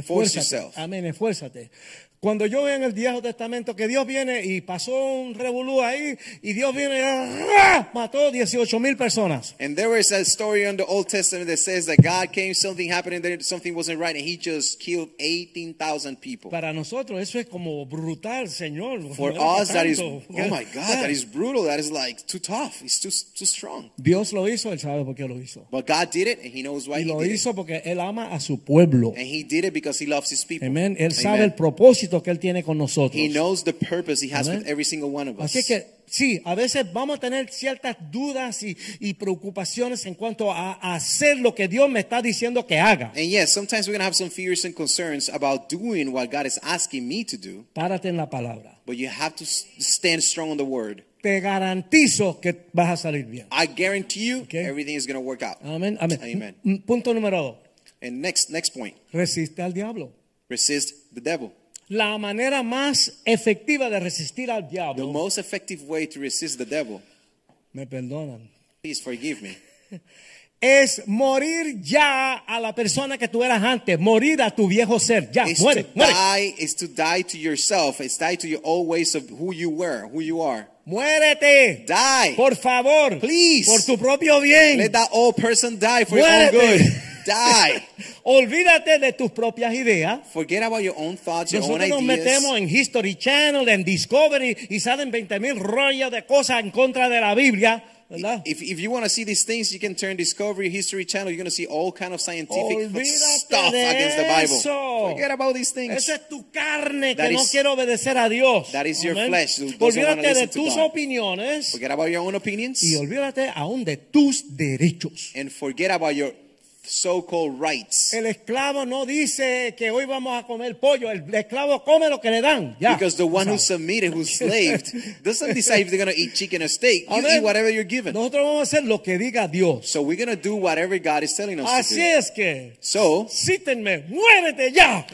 Force
Esfuérzate.
yourself.
Amén, esfuérzate. Cuando yo veo en el Viejo Testamento que Dios viene y pasó un revolú ahí y Dios viene y ¡ah! mató 18 mil personas.
And there was a story on the Old Testament that says that God came, something happened, and then something wasn't right, and He just killed 18,000 people.
Para nosotros eso es como brutal, Señor.
For
No era
us, that is,
tanto.
oh my God, that is brutal. That is like too tough. It's too, too strong.
Dios lo hizo, Él sabe por qué lo hizo.
But God did it, and He knows why
Y
He
lo
did it.
hizo porque Él ama a su pueblo.
And He did it because He loves His people.
Amén. Él sabe
Amen.
el propósito que Él tiene con nosotros.
He knows the purpose He has
Amen.
with every single one of us.
Así que sí, a veces vamos a tener ciertas dudas y, y preocupaciones en cuanto a, a hacer lo que Dios me está diciendo que haga.
And yes, sometimes we're going to have some fears and concerns about doing what God is asking me to do,
Párate en la palabra.
but you have to s- stand strong on the word.
Te garantizo que vas a salir bien.
I guarantee you
Okay.
everything is going to work out.
Amén. Amén.
Amen.
M- Punto número dos.
And next next point,
Resiste al diablo.
resist the devil.
La manera más efectiva de resistir al
The
diablo.
most effective way to resist the devil,
Me perdonan.
please forgive me,
Es morir ya a la persona que tú eras antes. Morir a tu viejo ser. Ya,
is
muere,
to
muere.
die is to die to yourself, it's die to your old ways of who you were, who you are.
Muérete.
Die.
Por favor.
Please.
Por tu propio bien.
Let that old person die for your own
Muérete.
good. die.
Olvídate de tus propias ideas.
Forget about your own thoughts, your own
Nosotros nos
ideas.
metemos en History Channel, en Discovery y salen 20 mil rollos de cosas en contra de la Biblia, ¿verdad?
If, if you want to see these things, you can turn Discovery History Channel. You're going to see all kind of scientific
Olvídate
stuff
de
against the Bible.
eso.
Forget about these things.
Esa es tu carne
That
que no
is-
quiere obedecer a Dios.
that is your
Amén.
flesh who doesn't wanna
Olvídate de
listen to
tus
God.
opiniones
Forget about your own opinions
y olvídate aún de tus derechos.
and forget about your so-called rights.
El esclavo no dice que hoy vamos a comer pollo. El esclavo come lo que le dan. Ya.
Because the one who
Sabes.
submitted, who slaved, doesn't decide if they're going to eat chicken or steak. You
Amén.
eat whatever you're given.
Nosotros vamos a hacer lo que diga Dios.
So we're going to do whatever God is telling us to
Así
do.
es que,
So,
sítenme, muérete ya.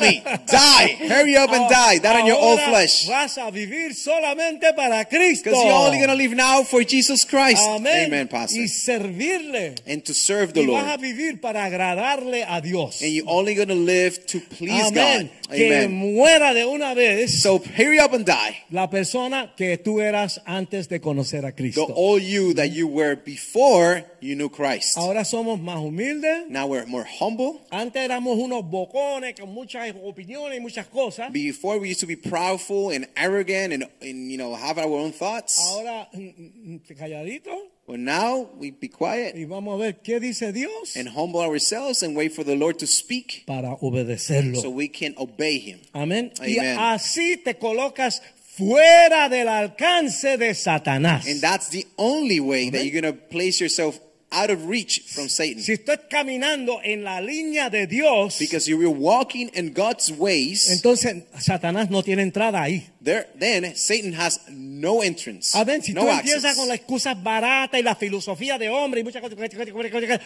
me, die, hurry up and die, that on your old
Ahora
flesh.
Vas a vivir solamente para Cristo.
Because you're only going to live now for Jesus Christ.
Amén.
Pastor.
Y servirle.
And to serve the
Y
Lord.
vas a vivir para agradarle a Dios.
And you're only going to live to please
Amén.
God.
Que
Amen.
muera de una vez
So hurry up and die.
la persona que tú eras antes de conocer a
The
Cristo.
all you that you were before you knew Christ.
Ahora somos más humildes.
Now we're more humble.
Antes éramos unos bocones con muchas opiniones y muchas cosas.
Before we used to be proudful and arrogant and, and you know have our own thoughts.
Ahora mm, mm, calladito
But now we be quiet
y vamos a ver qué dice Dios
and humble ourselves and wait for the Lord to speak
para obedecerlo.
so we can obey Him.
Amén. Y
Amen.
así te colocas fuera del alcance de Satanás.
And that's the only way that you're going to place yourself out of reach from Satan.
Si estás caminando en la línea de Dios,
Because you're walking in God's ways,
entonces Satanás no tiene entrada ahí.
There, then Satan has no entrance,
A ver, Ah, si
no
tú
access.
empiezas con las excusas baratas y la filosofía de hombre y muchas cosas,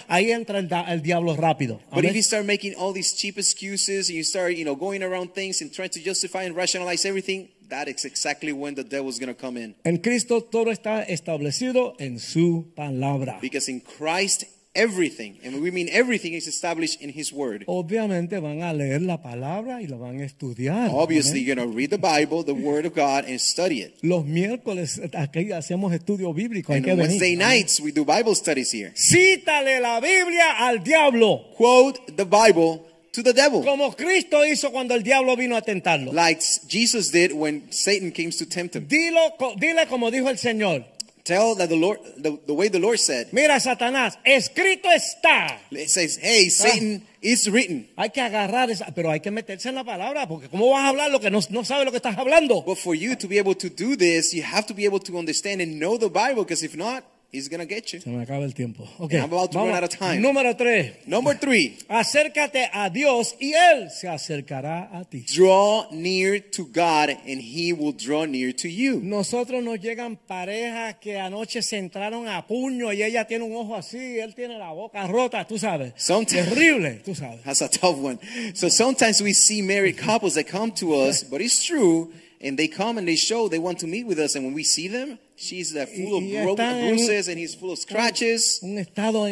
ahí entra el, da- el diablo rápido.
But if
Amén.
you start making all these cheap excuses and you start, you know, going around things and trying to justify and rationalize everything, that is exactly when the devil's going to come in.
En Cristo todo está establecido en su palabra.
Because in Christ, everything, and we mean everything, is established in His Word.
Oh, Obviamente van a leer la palabra y la van a estudiar.
Obviously,
Amén.
you're going to read the Bible, the Word of God, and study it.
Los miércoles aquí hacemos estudio bíblico. hay
And
que
on
venir.
Wednesday nights, we do Bible studies here.
Cítale la Biblia al diablo,
Quote the Bible to the devil,
como Cristo hizo cuando el diablo vino a tentarlo.
like Jesus did when Satan came to tempt him.
Dilo, co- dile como dijo el Señor.
Tell that the Lord, the, the way the Lord said,
Mira, Satanás, escrito está.
it says, Hey,
Ah.
Satan, it's written.
Hay que agarrar esa, pero hay que meterse en la palabra, porque ¿cómo vas a hablar lo que no, no sabes lo que estás hablando?
But for you to be able to do this, you have to be able to understand and know the Bible, because if not, he's going to get you.
Se me acaba el tiempo. Ok,
I'm about to
vamos.
run out of time.
Número tres.
Number three,
Acércate a Dios y Él se acercará a ti.
draw near to God, and he will draw near to you.
Nosotros nos llegan parejas que anoche se entraron a puño y ella tiene un ojo así, él tiene la boca rota, tú sabes.
Sometimes-
Terrible, tú sabes.
That's a tough one. So sometimes we see married couples that come to us, but it's true, and they come and they show they want to meet with us, and when we see them, she's uh, full of
Y- y
bro-
están en un-
bruises and he's full of scratches,
Un estado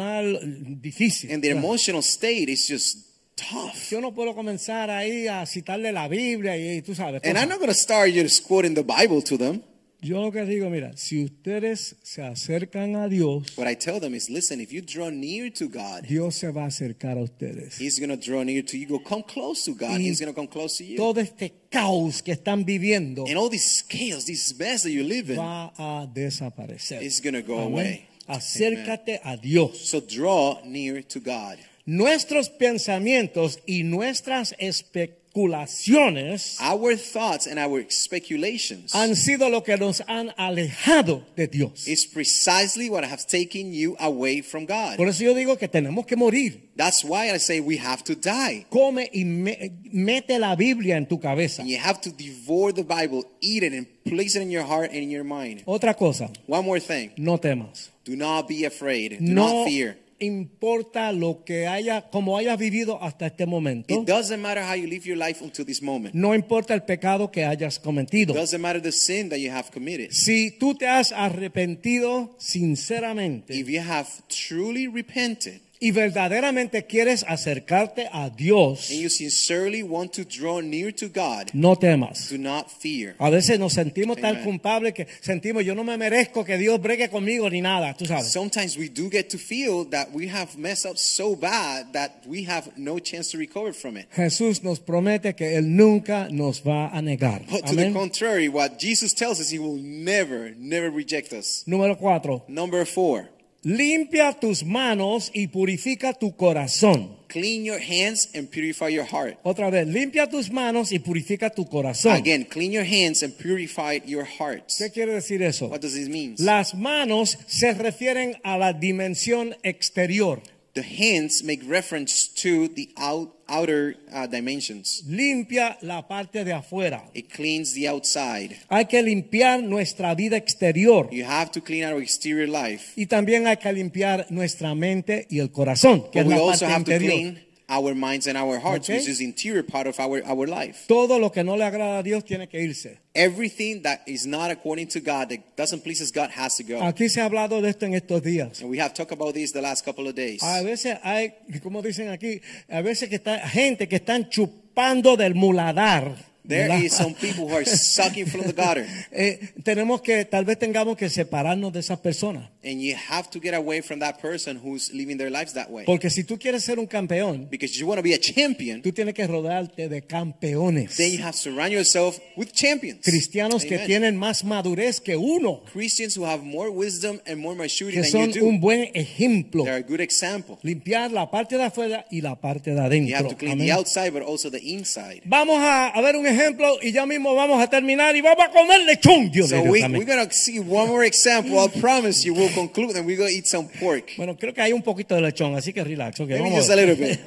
emocional difícil.
and the
Claro.
emotional state is just tough.
Yo no puedo comenzar ahí a citarle la Biblia y, y tú sabes.
And
cosas.
I'm not going to start just quoting the Bible to them.
Yo lo que digo, mira, si ustedes se acercan a Dios,
What I tell them is, listen, if you draw near to God,
Dios se va a acercar a ustedes.
He's going to draw near to you. Go come close to God.
Y
He's going to come close to you.
Todo este caos que están viviendo
And all this chaos, this mess that you live in,
va a desaparecer.
is going to go
Amén.
away.
Acércate a Dios.
So draw near to God.
Nuestros pensamientos y nuestras especulaciones
Our thoughts and our speculations
han sido lo que nos han alejado de Dios.
is precisely what has taken you away from God.
Por eso yo digo que tenemos que morir.
That's why I say we have to die.
Come y me- mete la Biblia en tu cabeza.
And you have to devour the Bible, eat it, and place it in your heart and in your mind.
Otra cosa,
One more thing.
no temas.
Do not be afraid. Do
No
not fear.
importa lo que haya, como hayas vivido hasta este momento.
It doesn't matter how you live your life until this moment.
No importa el pecado que hayas cometido.
Doesn't matter the sin that you have committed.
Si tú te has arrepentido sinceramente
If you have truly repented
y verdaderamente quieres acercarte a Dios,
and you sincerely want to draw near to God,
no temas.
do not fear.
A veces nos sentimos tan
Amen.
culpables que sentimos yo no me merezco que Dios bregue conmigo ni nada, tú sabes.
Sometimes we do get to feel that we have messed up so bad that we have no chance to recover from it.
Jesús nos promete que él nunca nos va a negar.
But to
Amén.
the contrary, what Jesus tells us, He will never, never reject us.
Número cuatro.
Number four,
Limpia tus manos y purifica tu corazón.
clean your hands and purify your heart.
Otra vez, limpia tus manos y purifica tu corazón.
Again, clean your hands and purify your heart.
¿Qué quiere decir eso?
What does this mean?
Las manos se refieren a la dimensión exterior.
The hands make reference to the out, outer uh, dimensions.
Limpia la parte de afuera.
It cleans the outside.
Hay que limpiar nuestra vida exterior
You have to clean our exterior life.
y también hay que limpiar nuestra mente y el corazón, que es
But
la
we also
parte
have to
interior.
clean our minds and our hearts,
Okay.
which is the interior part of our, our life.
Todo lo que no le agrada a Dios tiene que irse.
Everything that is not according to God, that doesn't please us, God has to go.
Aquí se ha hablado de esto en estos días.
And we have talked about this the last couple of days.
A veces hay, como dicen aquí, a veces que está gente que están chupando del muladar.
There
¿verdad?
is some people who are sucking from the gutter.
Eh, tenemos que, tal vez tengamos que separarnos de esas personas.
And you have to get away from that person who's living their lives that way.
Porque si tú quieres ser un campeón,
Because you want to be a champion,
tú tienes que rodearte de campeones.
then you have to surround yourself with champions.
Cristianos que
Amen.
tienen más madurez que uno,
Christians who have more wisdom and more maturity
que
than
son
you do.
un buen ejemplo.
They're a good example.
Limpiar la parte de afuera y la parte de
You have
adentro.
to clean
Amén.
the outside, but also the inside.
Vamos a, a ver un ejemplo y ya mismo vamos a terminar y vamos a comer lechón, Dios
So
mío,
we,
también.
we're going to see one more example. I promise you, we'll conclude and we're going to eat some pork.
Bueno, creo que hay un poquito de lechón, así que relax. ok,
Maybe
vamos a
just a
ver.
little bit.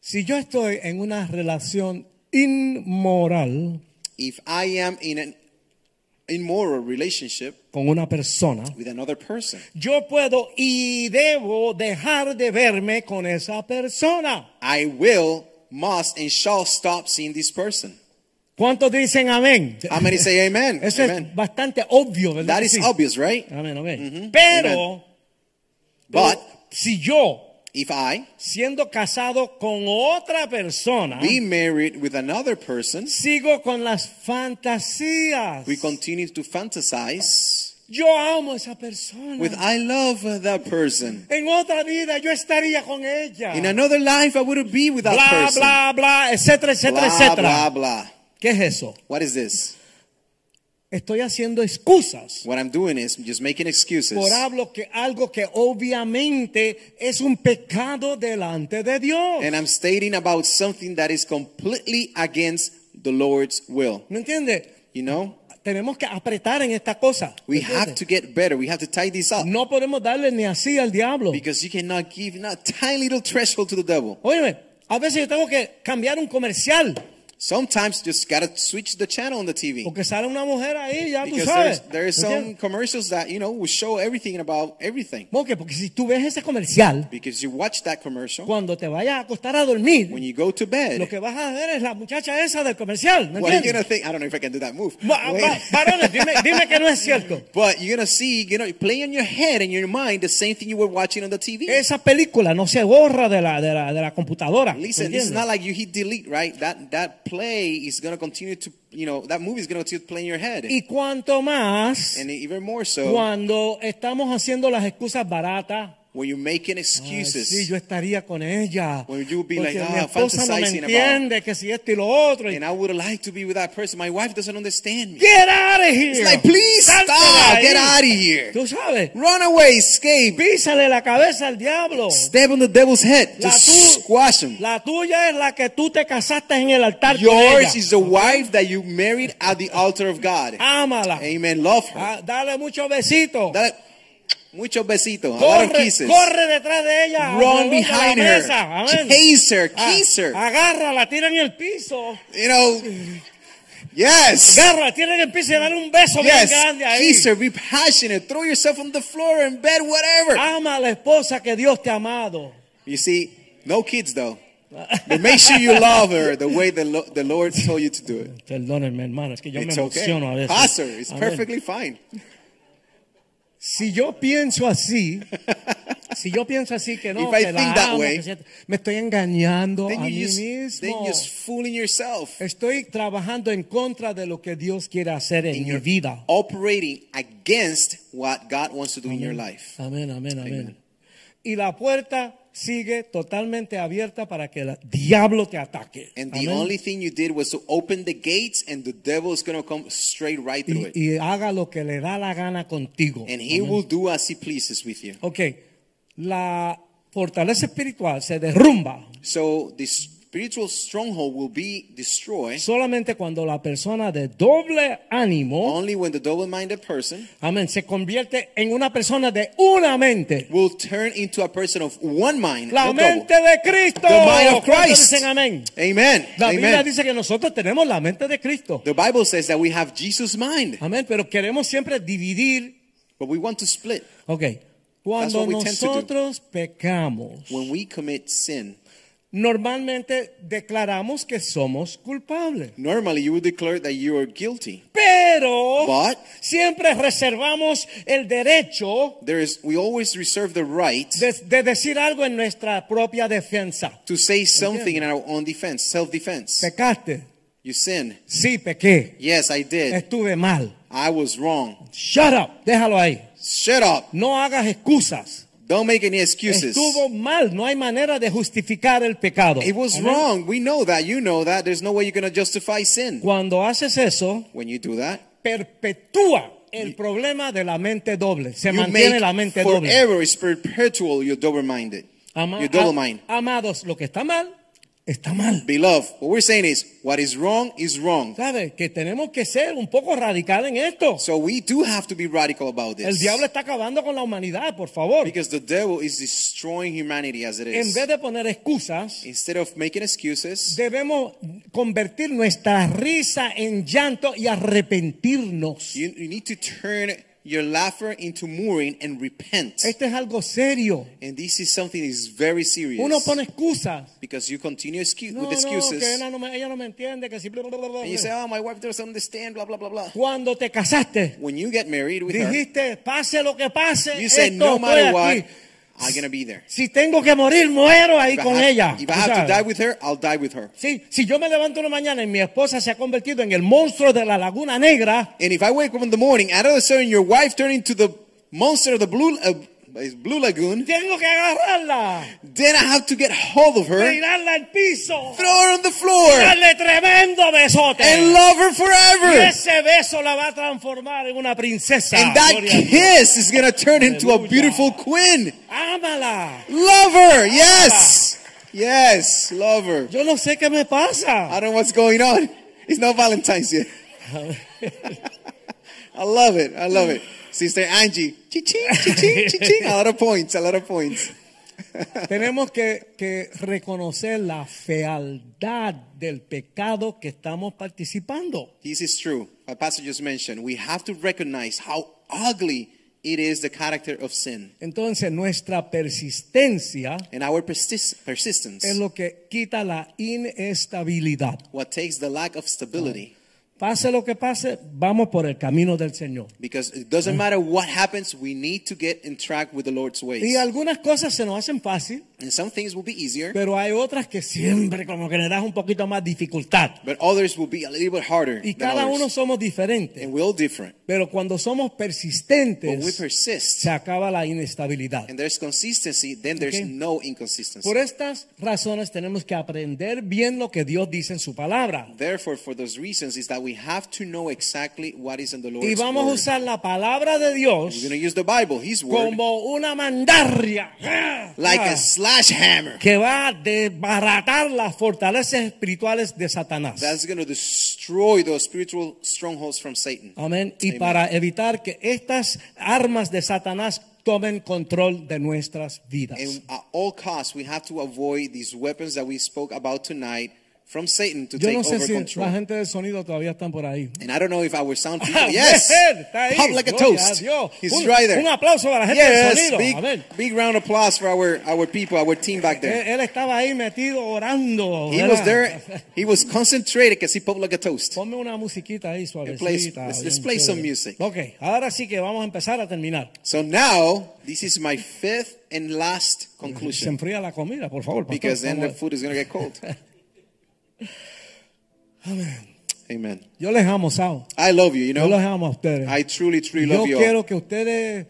Si yo estoy en una relación inmoral
If I am in an immoral relationship
con una persona,
with another person,
yo puedo y debo dejar de verme con esa persona.
I will, must, and shall stop seeing this person.
¿Cuántos dicen amén?
How many say amen?
Eso es
Ah, amen.
bastante obvio, ¿verdad?
That
que
is Mm-hmm.
sí? Oh.
obvious, right?
Amén, amén. Pero,
But
si yo,
if I
siendo casado con otra persona,
be married with another person,
sigo con las fantasías.
we continue to fantasize
Yo amo a esa persona.
with I love that person.
en otra vida yo estaría con ella.
In another life, I wouldn't be with that
bla,
person.
bla, bla, etcétera, etcétera,
blah,
etcétera.
blah, blah.
¿Qué es eso?
What is this?
Estoy haciendo excusas
What I'm doing is just making excuses
por hablo que algo que obviamente es un pecado delante de Dios.
and I'm stating about something that is completely against the Lord's will.
¿Me entiende?
You know,
Tenemos que apretar en esta cosa.
we
¿me entiende?
have to get better. We have to tie this up
No podemos darle ni así al diablo.
because you cannot give not tiny little threshold to the devil.
Óyeme, a veces yo tengo que cambiar un comercial
Sometimes just gotta switch the channel on the TV
porque sale una mujer ahí, ya tú
because
sabes.
there's, there's
¿me
some
entiendes?
commercials that you know will show everything about everything.
¿Por qué? Porque si tú ves ese comercial,
Because you watch that commercial
cuando te vayas a acostar a dormir,
when you go to
lo
bed.
que vas a ver es la muchacha esa del comercial. ¿me
What are you gonna
entiendes?
think? I don't know if I can do that move.
Va-
Wait.
va- varones, dime, dime que no es cierto.
But you're gonna see, you know, play in your head and your mind the same thing you were watching on the TV.
Esa película no se borra de la, de la, de la computadora. ¿me
Listen,
entiendes?
it's not like you hit delete, right? That that play is gonna continue to, you know, that movie is gonna continue to play in your head,
y cuanto más
and even more so
cuando estamos haciendo las excusas baratas.
when you're making
Ay,
excuses.
sí, yo estaría con ella.
When you be
porque
like,
mi
ah,
esposa no me
fantasizing about-
entiende que si esto y lo otro. Y,
and I would like to be with that person. My wife doesn't understand me.
get out of here.
It's like, please
Salte de
stop.
ahí.
Get out of here.
Tú sabes,
Run away, escape.
písale la cabeza al diablo.
Step on the devil's head.
La,
Just
tu-
squash him.
la tuya es la que tú te casaste en el altar con ella.
Yours is the wife that you married at the altar of God.
Ámala.
Amen. Love her.
Ah, dale muchos besitos.
Dale muchos besitos, a lot of
corre,
kisses.
corre detrás de ella. alrededor
Run
de la
behind
mesa.
her,
Amén.
chase her,
Ah,
kiss her.
Agárrala, tira en el piso.
You know, yes,
Agárrala, tira en el piso y dale un beso bien
yes,
grande ahí.
kiss her, be passionate, throw yourself on the floor in bed, whatever.
Ama a la esposa que Dios te ha amado.
You see, no kids though. But make sure you love her the way the, lo- the Lord told you to do it.
Perdónenme, hermano, es que yo
It's
me emociono a
okay.
veces.
Pastor, it's
Amén.
perfectly fine.
Si yo pienso así, si yo pienso así que no,
If I
que la
think that
amo,
way,
que siento- me estoy engañando
Then
a mí
you just,
mismo.
then you're just fooling yourself.
Estoy trabajando en contra de lo que Dios quiere hacer en mi
You're
vida.
operating against what God wants to do in your life.
Amén, amén, amén.
Amen.
Y la puerta sigue totalmente abierta para que el diablo te ataque.
And the
Amén.
only thing you did was to open the gates, and the devil is going to come straight right through it.
y, y haga lo que le da la gana contigo.
And he
Amén.
will do as he pleases with you.
Ok, la fortaleza espiritual se derrumba
So the spiritual stronghold will be destroyed
solamente cuando la persona de doble ánimo,
only when the double minded person
amén, se convierte en una persona de una mente.
will turn into a person of one mind.
La
not double.
mente de Cristo.
The mind of
¿Cuántos
Christ.
Dicen amén.
Amen.
La Biblia
Amen.
dice que nosotros tenemos la mente de Cristo.
The Bible says that we have Jesus' mind,
Amén, pero queremos siempre dividir.
but we want to split.
Ok,
what
cuando
we tend to do.
nosotros pecamos,
When we commit sin,
normalmente declaramos que somos culpables.
normally you would declare that you are guilty.
Pero
But-
siempre reservamos el derecho
There is, we always reserve the right
de, de decir algo en nuestra propia defensa.
to say something in our own defense, self defense.
Pecaste.
You sin.
Sí, pequé.
Yes, I did.
Estuve mal.
I was wrong.
Shut up. Déjalo ahí.
Shut up.
No hagas excusas.
Don't make any excuses.
Estuvo mal. No hay manera de justificar el pecado.
It was
Amén.
wrong. We know that. You know that. There's no way you're going to justify sin.
Cuando haces eso,
When you do that,
perpetúa el problema de la mente doble. Se
you
mantiene la
make
mente doble.
forever is perpetual. You're double minded.
Ama-
You're double
a-
minded.
amados, lo que está mal está mal.
Beloved, what we're saying is what is wrong is wrong.
¿Sabe? Que tenemos que ser un poco radical en esto.
So we do have to be radical about
El
this.
diablo está acabando con la humanidad, por favor.
Because the devil is destroying humanity as it
En
is.
vez de poner excusas,
Instead of making excuses,
debemos convertir nuestra risa en llanto y arrepentirnos.
you, you need to turn your laughter into mooring and repent.
Esto es algo serio.
And this is something that is very serious.
Uno pone excusas.
because you continue excu-
No, no,
with
que
excuses.
ella no, me, ella no me entiende, que si bla, bla, bla, bla,
and you
bla.
say, oh, my wife doesn't understand, blah, blah, blah, blah.
Cuando te casaste,
When you get married with her,
dijiste, pase lo que pase,
you
esto
say, no matter
estoy
what,
aquí.
I'm going to be there.
Si tengo que morir, muero ahí
If I
con
have-
ella.
if
tú
I have to
sabes.
die with her, I'll die with her.
Sí, si yo me levanto una mañana y mi esposa se ha convertido en el monstruo de la Laguna Negra,
And if I wake up in the morning, out of a sudden your wife turned into the monster of the blue uh, blue lagoon,
tengo que agarrarla,
then I have to get hold of her,
tirarla al piso,
throw her on the floor,
darle tremendo besote.
and love her
Y
forever.
ese beso la va a transformar en una princesa.
And that
Gloria a Dios.
kiss is gonna turn into a
Hallelujah.
beautiful queen.
Ámala.
Love her, yes, yes, love her.
Yo no sé qué me
I
pasa.
don't know what's going on. It's not Valentine's yet. I love it. I love it. Sister Angie, ching, ching, ching. A lot of points. A lot of points.
Tenemos que, que reconocer la fealdad del pecado que estamos participando.
This is true. Our pastor just mentioned we have to recognize how ugly it is the character of sin
Entonces nuestra persistencia
and our persist- persistence.
es lo que quita la inestabilidad.
What takes the lack of stability
Pase lo que pase, vamos por el camino del Señor.
because it
Mm.
doesn't matter what happens, we need to get in track with the Lord's
Y
ways.
algunas cosas se nos hacen fácil,
And some things will be easier,
pero hay otras que siempre como que le das un poquito más dificultad.
but others will be a little bit harder.
Y
than
cada
others.
uno somos diferentes,
and we're all different.
pero cuando somos
But we
persistentes
persist
se acaba la inestabilidad.
and there's consistency, then there's
Okay.
no inconsistency.
Por estas razones tenemos que aprender bien lo que Dios dice en su palabra.
Therefore, for those reasons, is that we have to know exactly what is in the Lord's
Y vamos a
word.
usar la palabra de
We're
Dios
going to use the Bible, His word,
como una mandarria. ¡Ah!
like
¡Ah!
a slash hammer.
que va a desbaratar las fortalezas espirituales de Satanás.
That's going to destroy those spiritual strongholds from Satan.
Amén. Y
Amen.
para evitar que estas armas de Satanás tomen control de nuestras vidas.
And at all costs, we have to avoid these weapons that we spoke about tonight from Satan to
Yo
take
no sé
over
si
control.
la gente del sonido todavía están por ahí.
And I don't know if our sound people,
Amén.
yes,
Está ahí.
pop like a
Gloria
toast.
a Dios.
He's
un,
right there.
un aplauso para la gente del
Yes,
sonido.
big,
Amén.
big round of applause for our, our people, our team back
Él,
there.
él estaba ahí metido orando.
He
¿verdad?
was there. He was concentrated because he popped like a toast.
Ponme una musiquita ahí suavecita.
let's-
bien
let's play some
chévere.
music.
Ok, ahora sí que vamos a empezar a terminar.
So now, this is my fifth and last
Se
conclusion
enfría la comida, por favor. pastor.
because then
Vamos
the
a-
food is going to get cold. Amen.
Yo les amo, Sao.
I love you, you
Yo los
know.
amo a ustedes.
I truly, truly
Yo
love you all.
quiero que ustedes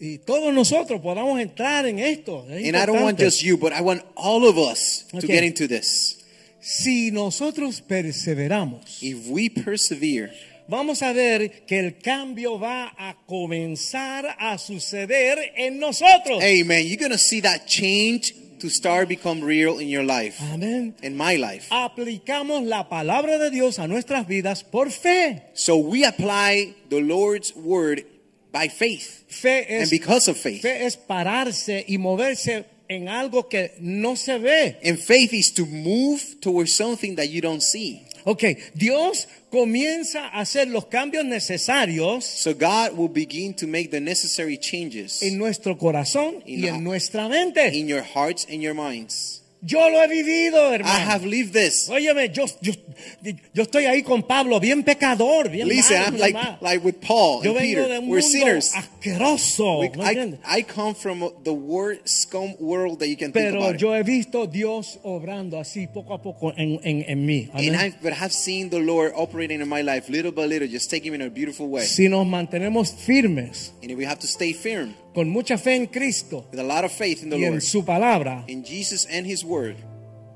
y todos nosotros podamos entrar en esto. Es
And I don't want
importante.
just you, but I want all of us to
Okay.
get into this.
si nosotros perseveramos,
If we persevere,
vamos a ver que el cambio va a comenzar a suceder en nosotros.
amen, you're going to see that change to start become real in your life,
Amén.
in my life.
Aplicamos la palabra de Dios a nuestras vidas por fe.
So we apply the Lord's word by faith.
Fe
And
es,
because of faith.
fe es pararse y moverse en algo que no se ve.
And faith is to move towards something that you don't see.
Ok, Dios comienza a hacer los cambios necesarios
So God will begin to make the necessary changes
en nuestro corazón
In
y
our-
en nuestra mente.
in your hearts and your minds.
Yo lo he vivido,
I have
hermano.
lived this.
Óyeme, yo, yo, yo estoy ahí con Pablo, bien pecador, bien
Listen,
malo,
I'm
bien malo.
like like with Paul
Yo
and
vengo de
Peter.
un
We're
mundo
sinners.
asqueroso,
We-
¿me
I,
entiendes?
I come from the worst scum world that you can think
Pero
about.
yo he visto Dios obrando así poco a poco en, en, en mí. Amén.
and I but have seen the Lord operating in my life little by little, just taking me in a beautiful way.
Si nos mantenemos firmes,
And we have to stay firm
con mucha fe en Cristo
with a lot of faith in the
y en
Lord,
su palabra,
in Jesus and His Word.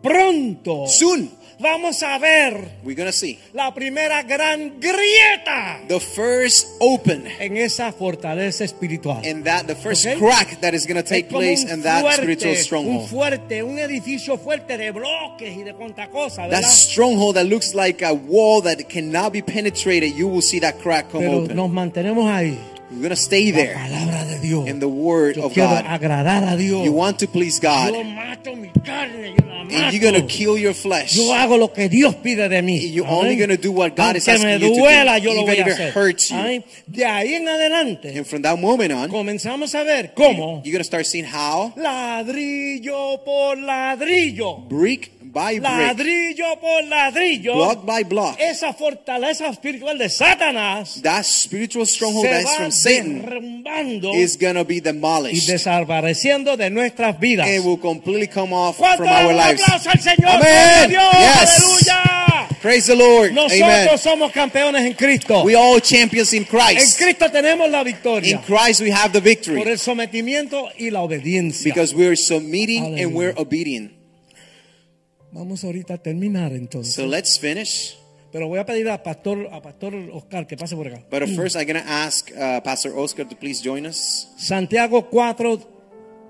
Pronto
Soon,
vamos a ver
we're going to see
la primera gran grieta
the first open
en esa fortaleza espiritual.
and that the first
Okay.
crack that is going to
Es
take
como
place
un
in that
fuerte,
spiritual
Un
stronghold.
fuerte, un edificio fuerte de bloques y de cuanta cosa, ¿verdad?
That stronghold that looks like a wall that cannot be penetrated, you will see that crack come
Pero
open.
nos mantenemos ahí.
We're going to stay
La
there
palabra de Dios.
in the word
Yo
of
quiero
God.
agradar a Dios.
You want to please God,
yo mato mi carne, yo la
and
mato.
you're going to kill your flesh.
yo hago lo que Dios pide de mí.
You're
Amén.
only gonna do what God is
Aunque
asking
me
you to do,
duela, yo lo
even
voy a
if it
hacer.
hurts you.
Amén. De ahí en adelante
And from that moment on,
comenzamos a ver cómo
you're going to start seeing how
ladrillo por ladrillo,
brick by brick,
ladrillo por ladrillo,
block by block,
esa fortaleza espiritual de Satanás
that spiritual stronghold
se
that is
va
from Satan
derrumbando
is going to be
y
demolished.
desapareciendo de nuestras vidas.
And will completely come off
¿Cuánto
from
dan
our
un
lives.
aplauso al Señor?
Amén.
¡Gloria a Dios!
Yes.
¡Aleluya!
Praise the Lord.
Nosotros
Amen.
somos campeones en Cristo.
We all champions in
en
Christ.
Cristo tenemos la victoria
In Christ we have the
por
victory
el sometimiento y la obediencia.
because we're submitting
Hallelujah.
and we're obedient.
Vamos ahorita a terminar entonces.
So let's finish.
Pero voy a pedir a pastor a pastor Oscar que pase por acá.
But first, I'm going to ask uh, Pastor Oscar to please join us.
Santiago 4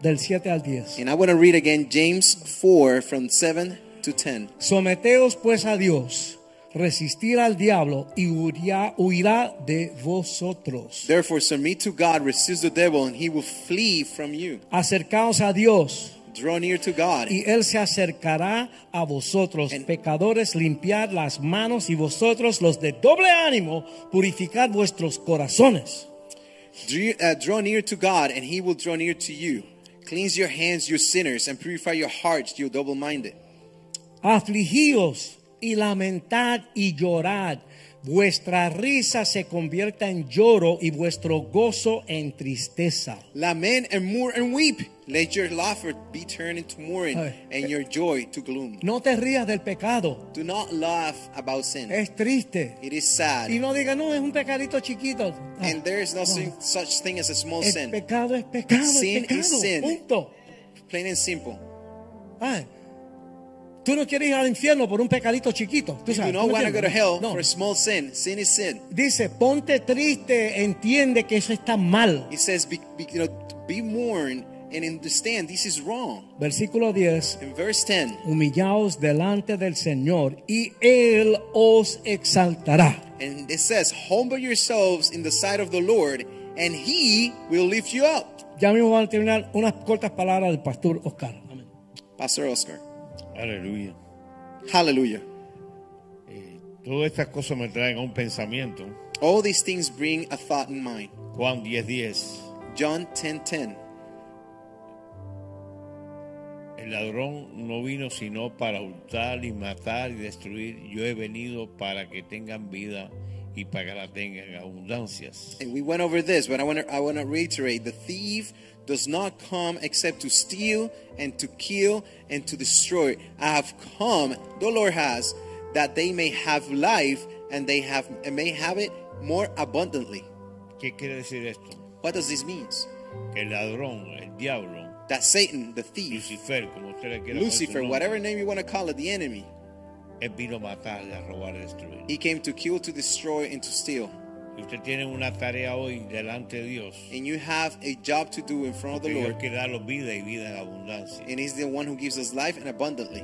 del 7 al 10.
And I want to read again James 4 from 7 to 10.
Someteos pues a Dios, resistir al diablo y huirá, huirá de vosotros.
Therefore, submit to God, resist the devil, and he will flee from you.
Acercaos a Dios
Draw near to God,
y él se acercará a vosotros,
And-
pecadores, limpiad las manos y vosotros, los de doble ánimo, purificad vuestros corazones.
Dr- uh, draw near to God, and he will draw near to you. Cleanse your hands, you sinners, and purify your hearts, you double minded.
Afligíos y lamentad y llorad. Vuestra risa se convierta en lloro y vuestro gozo en tristeza.
Lament and mourn and weep. Let your laughter be turned into mourning,
Ay.
and your joy to gloom.
No te rías del pecado.
Do not laugh about sin.
Es triste.
It is sad.
Y no digas, no, es un pecadito chiquito. Ah,
And there is no sin- such thing as a small
el
sin.
pecado es pecado. es
Sin is
pecado,
sin.
Punto.
Plain and simple.
Ay, tú no quieres ir al infierno por un pecadito chiquito. Tú
You
sabes,
don't
¿tú
want to go to
entiendes?
hell
No.
for a small sin. Sin is sin.
Dice, ponte triste, entiende que eso está mal.
He says, be, be, you know, be mourned and understand this is wrong.
Versículo 10.
In verse 10,
Humillaos delante del Señor y Él os exaltará.
and it says, humble yourselves in the sight of the Lord, and he will lift you up.
Ya mismo van a terminar unas cortas palabras del pastor Oscar. Amén.
Pastor Oscar.
Aleluya.
Hallelujah.
Todas estas cosas me traen a un pensamiento.
All these things bring a thought in mind.
Juan 10:10.
John 10 10.
El ladrón no vino sino para hurtar y matar y destruir. Yo he venido para que tengan vida y para que la tengan en abundancias.
And we went over this, but I want to I want to reiterate: the thief does not come except to steal and to kill and to destroy. I have come, the Lord has, that they may have life and they have and may have it more abundantly.
¿Qué quiere decir esto?
What does this mean?
Que el ladrón, el diablo,
That Satan, the thief,
Lucifer, como usted le quiera poner su
Lucifer,
nombre,
whatever name you want to call it, the enemy,
él vino a matar, a robar, a destruir.
he came to kill, to destroy, and to steal.
Y usted tiene una tarea hoy delante de Dios.
And you have a job to do in front of
Que
the
Dios
Lord,
quiere daros vida y vida en abundancia.
and He's the one who gives us life and abundantly.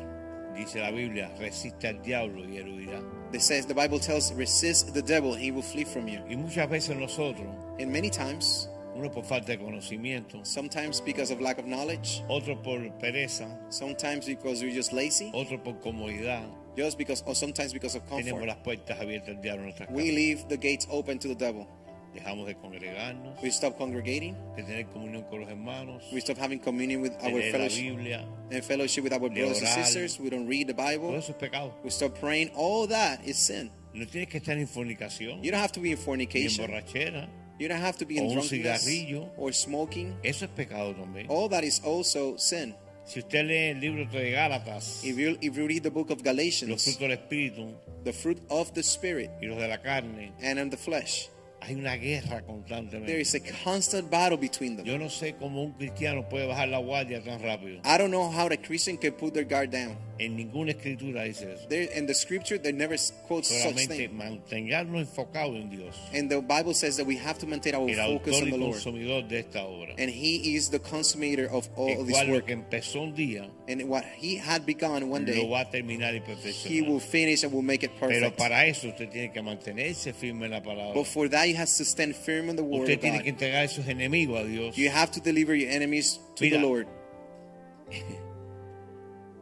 Dice la Biblia, resiste al diablo y él huirá.
It says the Bible tells, resist the devil, and he will flee from you.
Y muchas veces nosotros,
And many times,
uno por falta de conocimiento,
sometimes because of lack of knowledge,
otro por pereza,
sometimes because you're just lazy,
otro por comodidad,
just because, or sometimes because of
tenemos
comfort,
las puertas abiertas al diablo en nuestras
we
casas.
leave the gates open to the devil.
Dejamos de congregarnos,
We stop congregating,
de tener comunión con los hermanos,
we stop having communion with our
tener la
fellowship
Biblia.
and fellowship with our brothers and
orar.
sisters. We don't read the
Todo
Bible.
eso es pecado.
We stop praying. All that is sin.
No tienes que estar en fornicación,
You don't have to be in
ni en
fornication.
borrachera.
You don't have to be
O
in
un
drunkenness
cigarrillo.
or smoking.
Eso es pecado también.
All that is also sin.
Si usted lee el libro de Gálatas,
If you if you read the book of
los
Galatians,
frutos del Espíritu
the fruit of the spirit
y los de la carne,
and in the flesh,
Hay una guerra constantemente.
There is a constant battle between them.
Yo no sé cómo un cristiano puede bajar la guardia tan rápido.
I don't know how the Christian can put their guard down.
En ninguna escritura dice eso.
There, in the scripture, they never s- quotes such
Solamente
thing.
mantengarnos enfocados en Dios.
And the Bible says that we have to maintain our
El
focus
autor
on
y
the Lord.
consumidor de esta obra.
And He is the consummator of all
El
of this
cual lo
work.
que empezó un día
And what He had begun one
lo
day,
va a terminar y
He will
perfeccionar.
finish and will make it
Pero
perfect.
para eso usted tiene que mantenerse firme en la palabra.
But for that, He has to stand firm on the Word
Usted
of
tiene que
God.
entregar a sus enemigos a Dios.
You have to deliver your enemies to the
Mira.
Lord.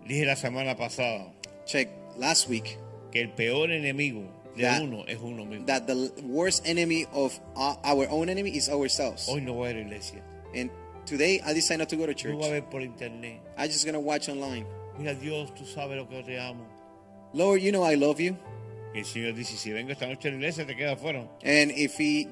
Dije la semana pasada
Check last week
que el peor enemigo de
That-
uno es uno mismo.
that the worst enemy of o- our own enemy is ourselves.
Hoy no voy a la iglesia.
And today, I decided not to go to
No voy a
church.
ver por internet.
i just gonna watch online.
Mira, Dios, tú sabes lo que te amo.
Lord, you know I love you.
Y el Señor dice, si vengo esta noche a la iglesia, te quedas afuera.
And if he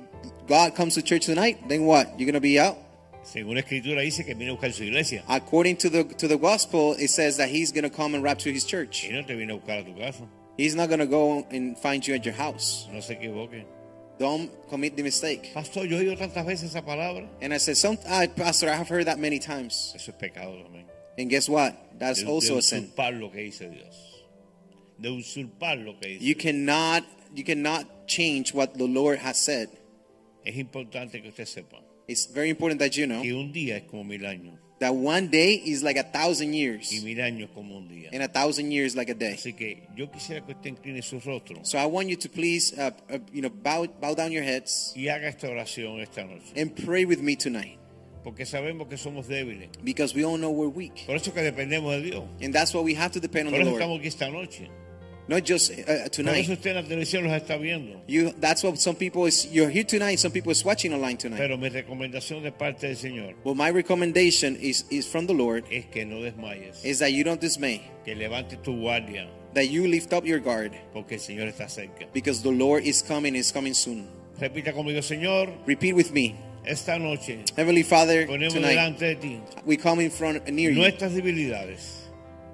God comes to church tonight, then what? You're gonna be out?
Según la Escritura dice que viene a buscar su iglesia.
According to the to the gospel, it says that he's gonna come and rapture his church.
Y no te viene a buscar a tu casa.
He's not gonna go and find you at your house.
No se equivoquen.
Don't commit the mistake.
Pastor, yo he oído tantas veces esa palabra.
And I said, Some I, Pastor, I have heard that many times.
Eso es pecado también.
And guess what? That's
de,
also
de
a sin.
usurpar lo que dice Dios. De usurpar lo que dice.
You cannot you cannot change what the Lord has said.
Es importante que usted sepa
It's very important that you know
que un día es como mil años
that one day is like a thousand
y
years,
mil años como un día.
and a thousand years like a day.
Así que yo quisiera que usted incline su rostro
So I want you to please, uh, uh, you know, bow, bow down your heads
y haga esta oración esta noche.
and pray with me tonight,
Porque sabemos que somos débiles.
because we all know we're weak,
Por eso que dependemos de Dios.
and that's why we have to depend on
Por
the
eso
Lord,
estamos aquí esta noche.
not just uh,
Por eso
tonight.
usted en la televisión los está viendo.
You, that's what some people is. You're here tonight. Some people is watching online tonight.
Pero mi recomendación de parte del Señor
Well, my recommendation is is from the Lord
es que no desmayes,
is that you don't dismay,
que levantes tu guardia,
that you lift up your guard,
porque el Señor está cerca.
because the Lord is coming. Is coming soon.
Repita conmigo, Señor,
Repeat with me,
esta noche
Heavenly Father.
ponemos
Tonight
delante de ti
we come in front near you.
nuestras debilidades,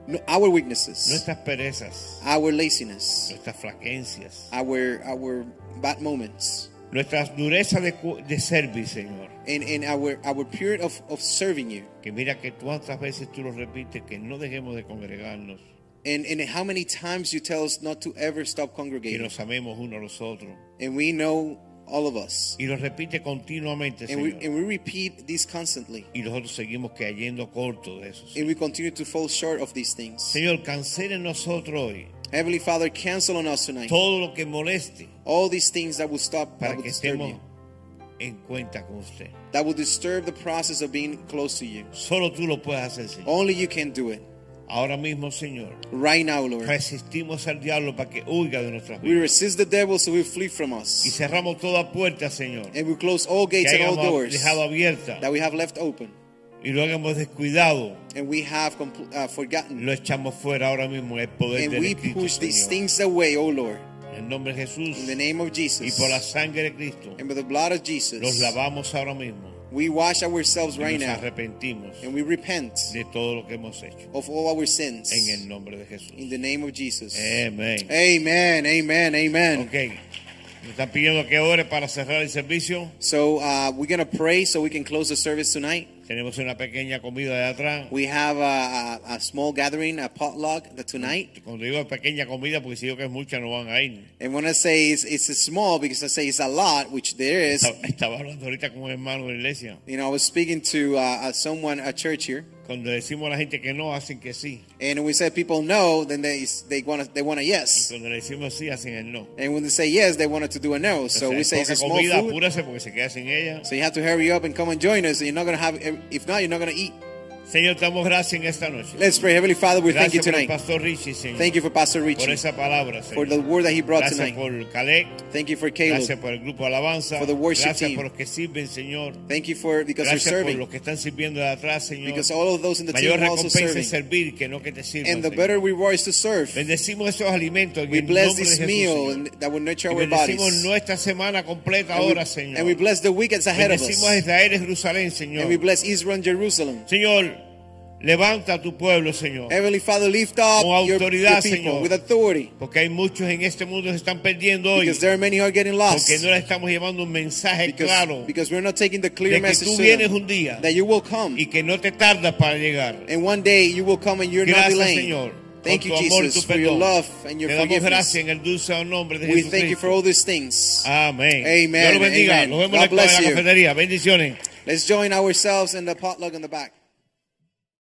No- Our weaknesses,
nuestras perezas,
our laziness,
nuestras flaquencias,
our our bad moments.
nuestras durezas de, cu- de servir, Señor.
and, and our our period of, of serving you
Que mira que cuántas veces tú lo repites, que no dejemos de congregarnos,
and and how many times you tell us not to ever stop
que
congregating
nos amemos unos a los otros.
and we know all of us
Y lo repite continuamente,
and we
Señor.
and we repeat this constantly
Y nosotros seguimos cayendo corto de eso.
and we continue to fall short of these things
Señor, cancela en nosotros hoy
heavenly father cancel on us tonight
todo lo que moleste
all these things that will stop that
para
will
que
disturb
estemos
you
en cuenta con usted.
that will disturb the process of being close to you
Solo tú lo puedes hacer, Señor.
only you can do it
Ahora mismo, Señor,
right now lord
resistimos al diablo para que huya de nuestras
we
vidas.
resist the devil so we flee from
Y
us
cerramos toda puerta, Señor, que
and we close all gates and all
hayamos
doors
dejado abierta
that we have left open
y lo hayamos descuidado.
and we have compl- uh, forgotten
Lo echamos fuera ahora mismo en el poder
And
del
we
Espíritu,
push these
Señor.
things away, O Lord,
En el nombre de Jesús
in the name of
y
Jesus.
por la sangre de Cristo,
And by the blood of
los
Jesus,
lavamos ahora mismo
we wash ourselves
y
right
nos
now
arrepentimos
and we repent
de todo lo que hemos hecho.
of all our sins
En el nombre de Jesús.
in the name of Jesus.
Amén.
Amen, amen, amen.
Ok. Me están pidiendo que ore para cerrar el servicio.
So uh, we're going to pray so we can close the service tonight.
Tenemos una pequeña comida de atrás.
We have a, a, a small gathering, a potluck that tonight.
Cuando digo pequeña comida, porque si digo que es mucha, no van a ir.
And when I say it's, it's small, because I say it's a lot, which there is.
Estaba- Estaba hablando ahorita con un hermano de la iglesia.
You know, I was speaking to uh, uh, someone at church here.
Cuando decimos a la gente que no, hacen que sí.
And we said people no, then they they want to they want a yes.
Cuando le decimos sí, hacen el no.
And when they say yes, they wanted to do a no. So
O sea,
we
es
say it's a
poca
small
comida,
food.
apúrase porque se queda sin ella.
So you have to hurry up and come and join us. You're not gonna have if not, you're not gonna eat.
Señor, te damos gracias en esta noche.
Let's pray, Heavenly Father. We thank you
Gracias por el
tonight.
pastor Richie, Señor.
Thank you for Pastor
por
Richie
esa palabra, Señor.
for the word that he brought
gracias
tonight.
por Caleb.
Thank you for
Gracias
Caleb.
por el grupo Alabanza.
For the worship
gracias
team.
por los que sirven, Señor.
Thank you for because you're
Gracias por los
serving.
que están sirviendo de atrás, Señor.
Because all of those in the
Mayor
team are also
recompensa es
serving.
servir que no que te sirvan.
And the
Señor.
better reward is to serve.
Bendecimos esos alimentos en
We
el
bless
nombre de
this
Jesús,
meal
Señor.
and that will nurture
Y
our
bendecimos
bodies.
nuestra semana completa
And we,
ahora, Señor.
and we bless the weekends ahead of
bendecimos a
us.
Israel y Jerusalén, Señor.
And we bless Israel and Jerusalem.
Señor, Levanta a tu pueblo, Señor.
Heavenly Father, lift up your,
Con
your
autoridad,
people
Señor.
with authority.
Porque hay muchos en este mundo que se están perdiendo hoy.
Because there are many who are getting lost.
Porque no le estamos llevando un mensaje
Because,
claro
because we're not taking the clear
de que
message
tú
to
vienes
them,
un día
that you will come.
y que no te tardas para llegar.
And one day you will come and you're not
Gracias,
delaying.
Señor.
Thank
por
you,
tu amor y
Jesus,
tu
for your
perdón.
love and your
Te damos
forgiveness.
gracias en el dulce nombre de
We
Jesús.
thank you for all these things.
Amén.
Amen,
Dios los bendiga.
amen.
Nos vemos en la-
God bless
en la
you.
cafetería. Bendiciones.
Let's join ourselves in the potluck in the back.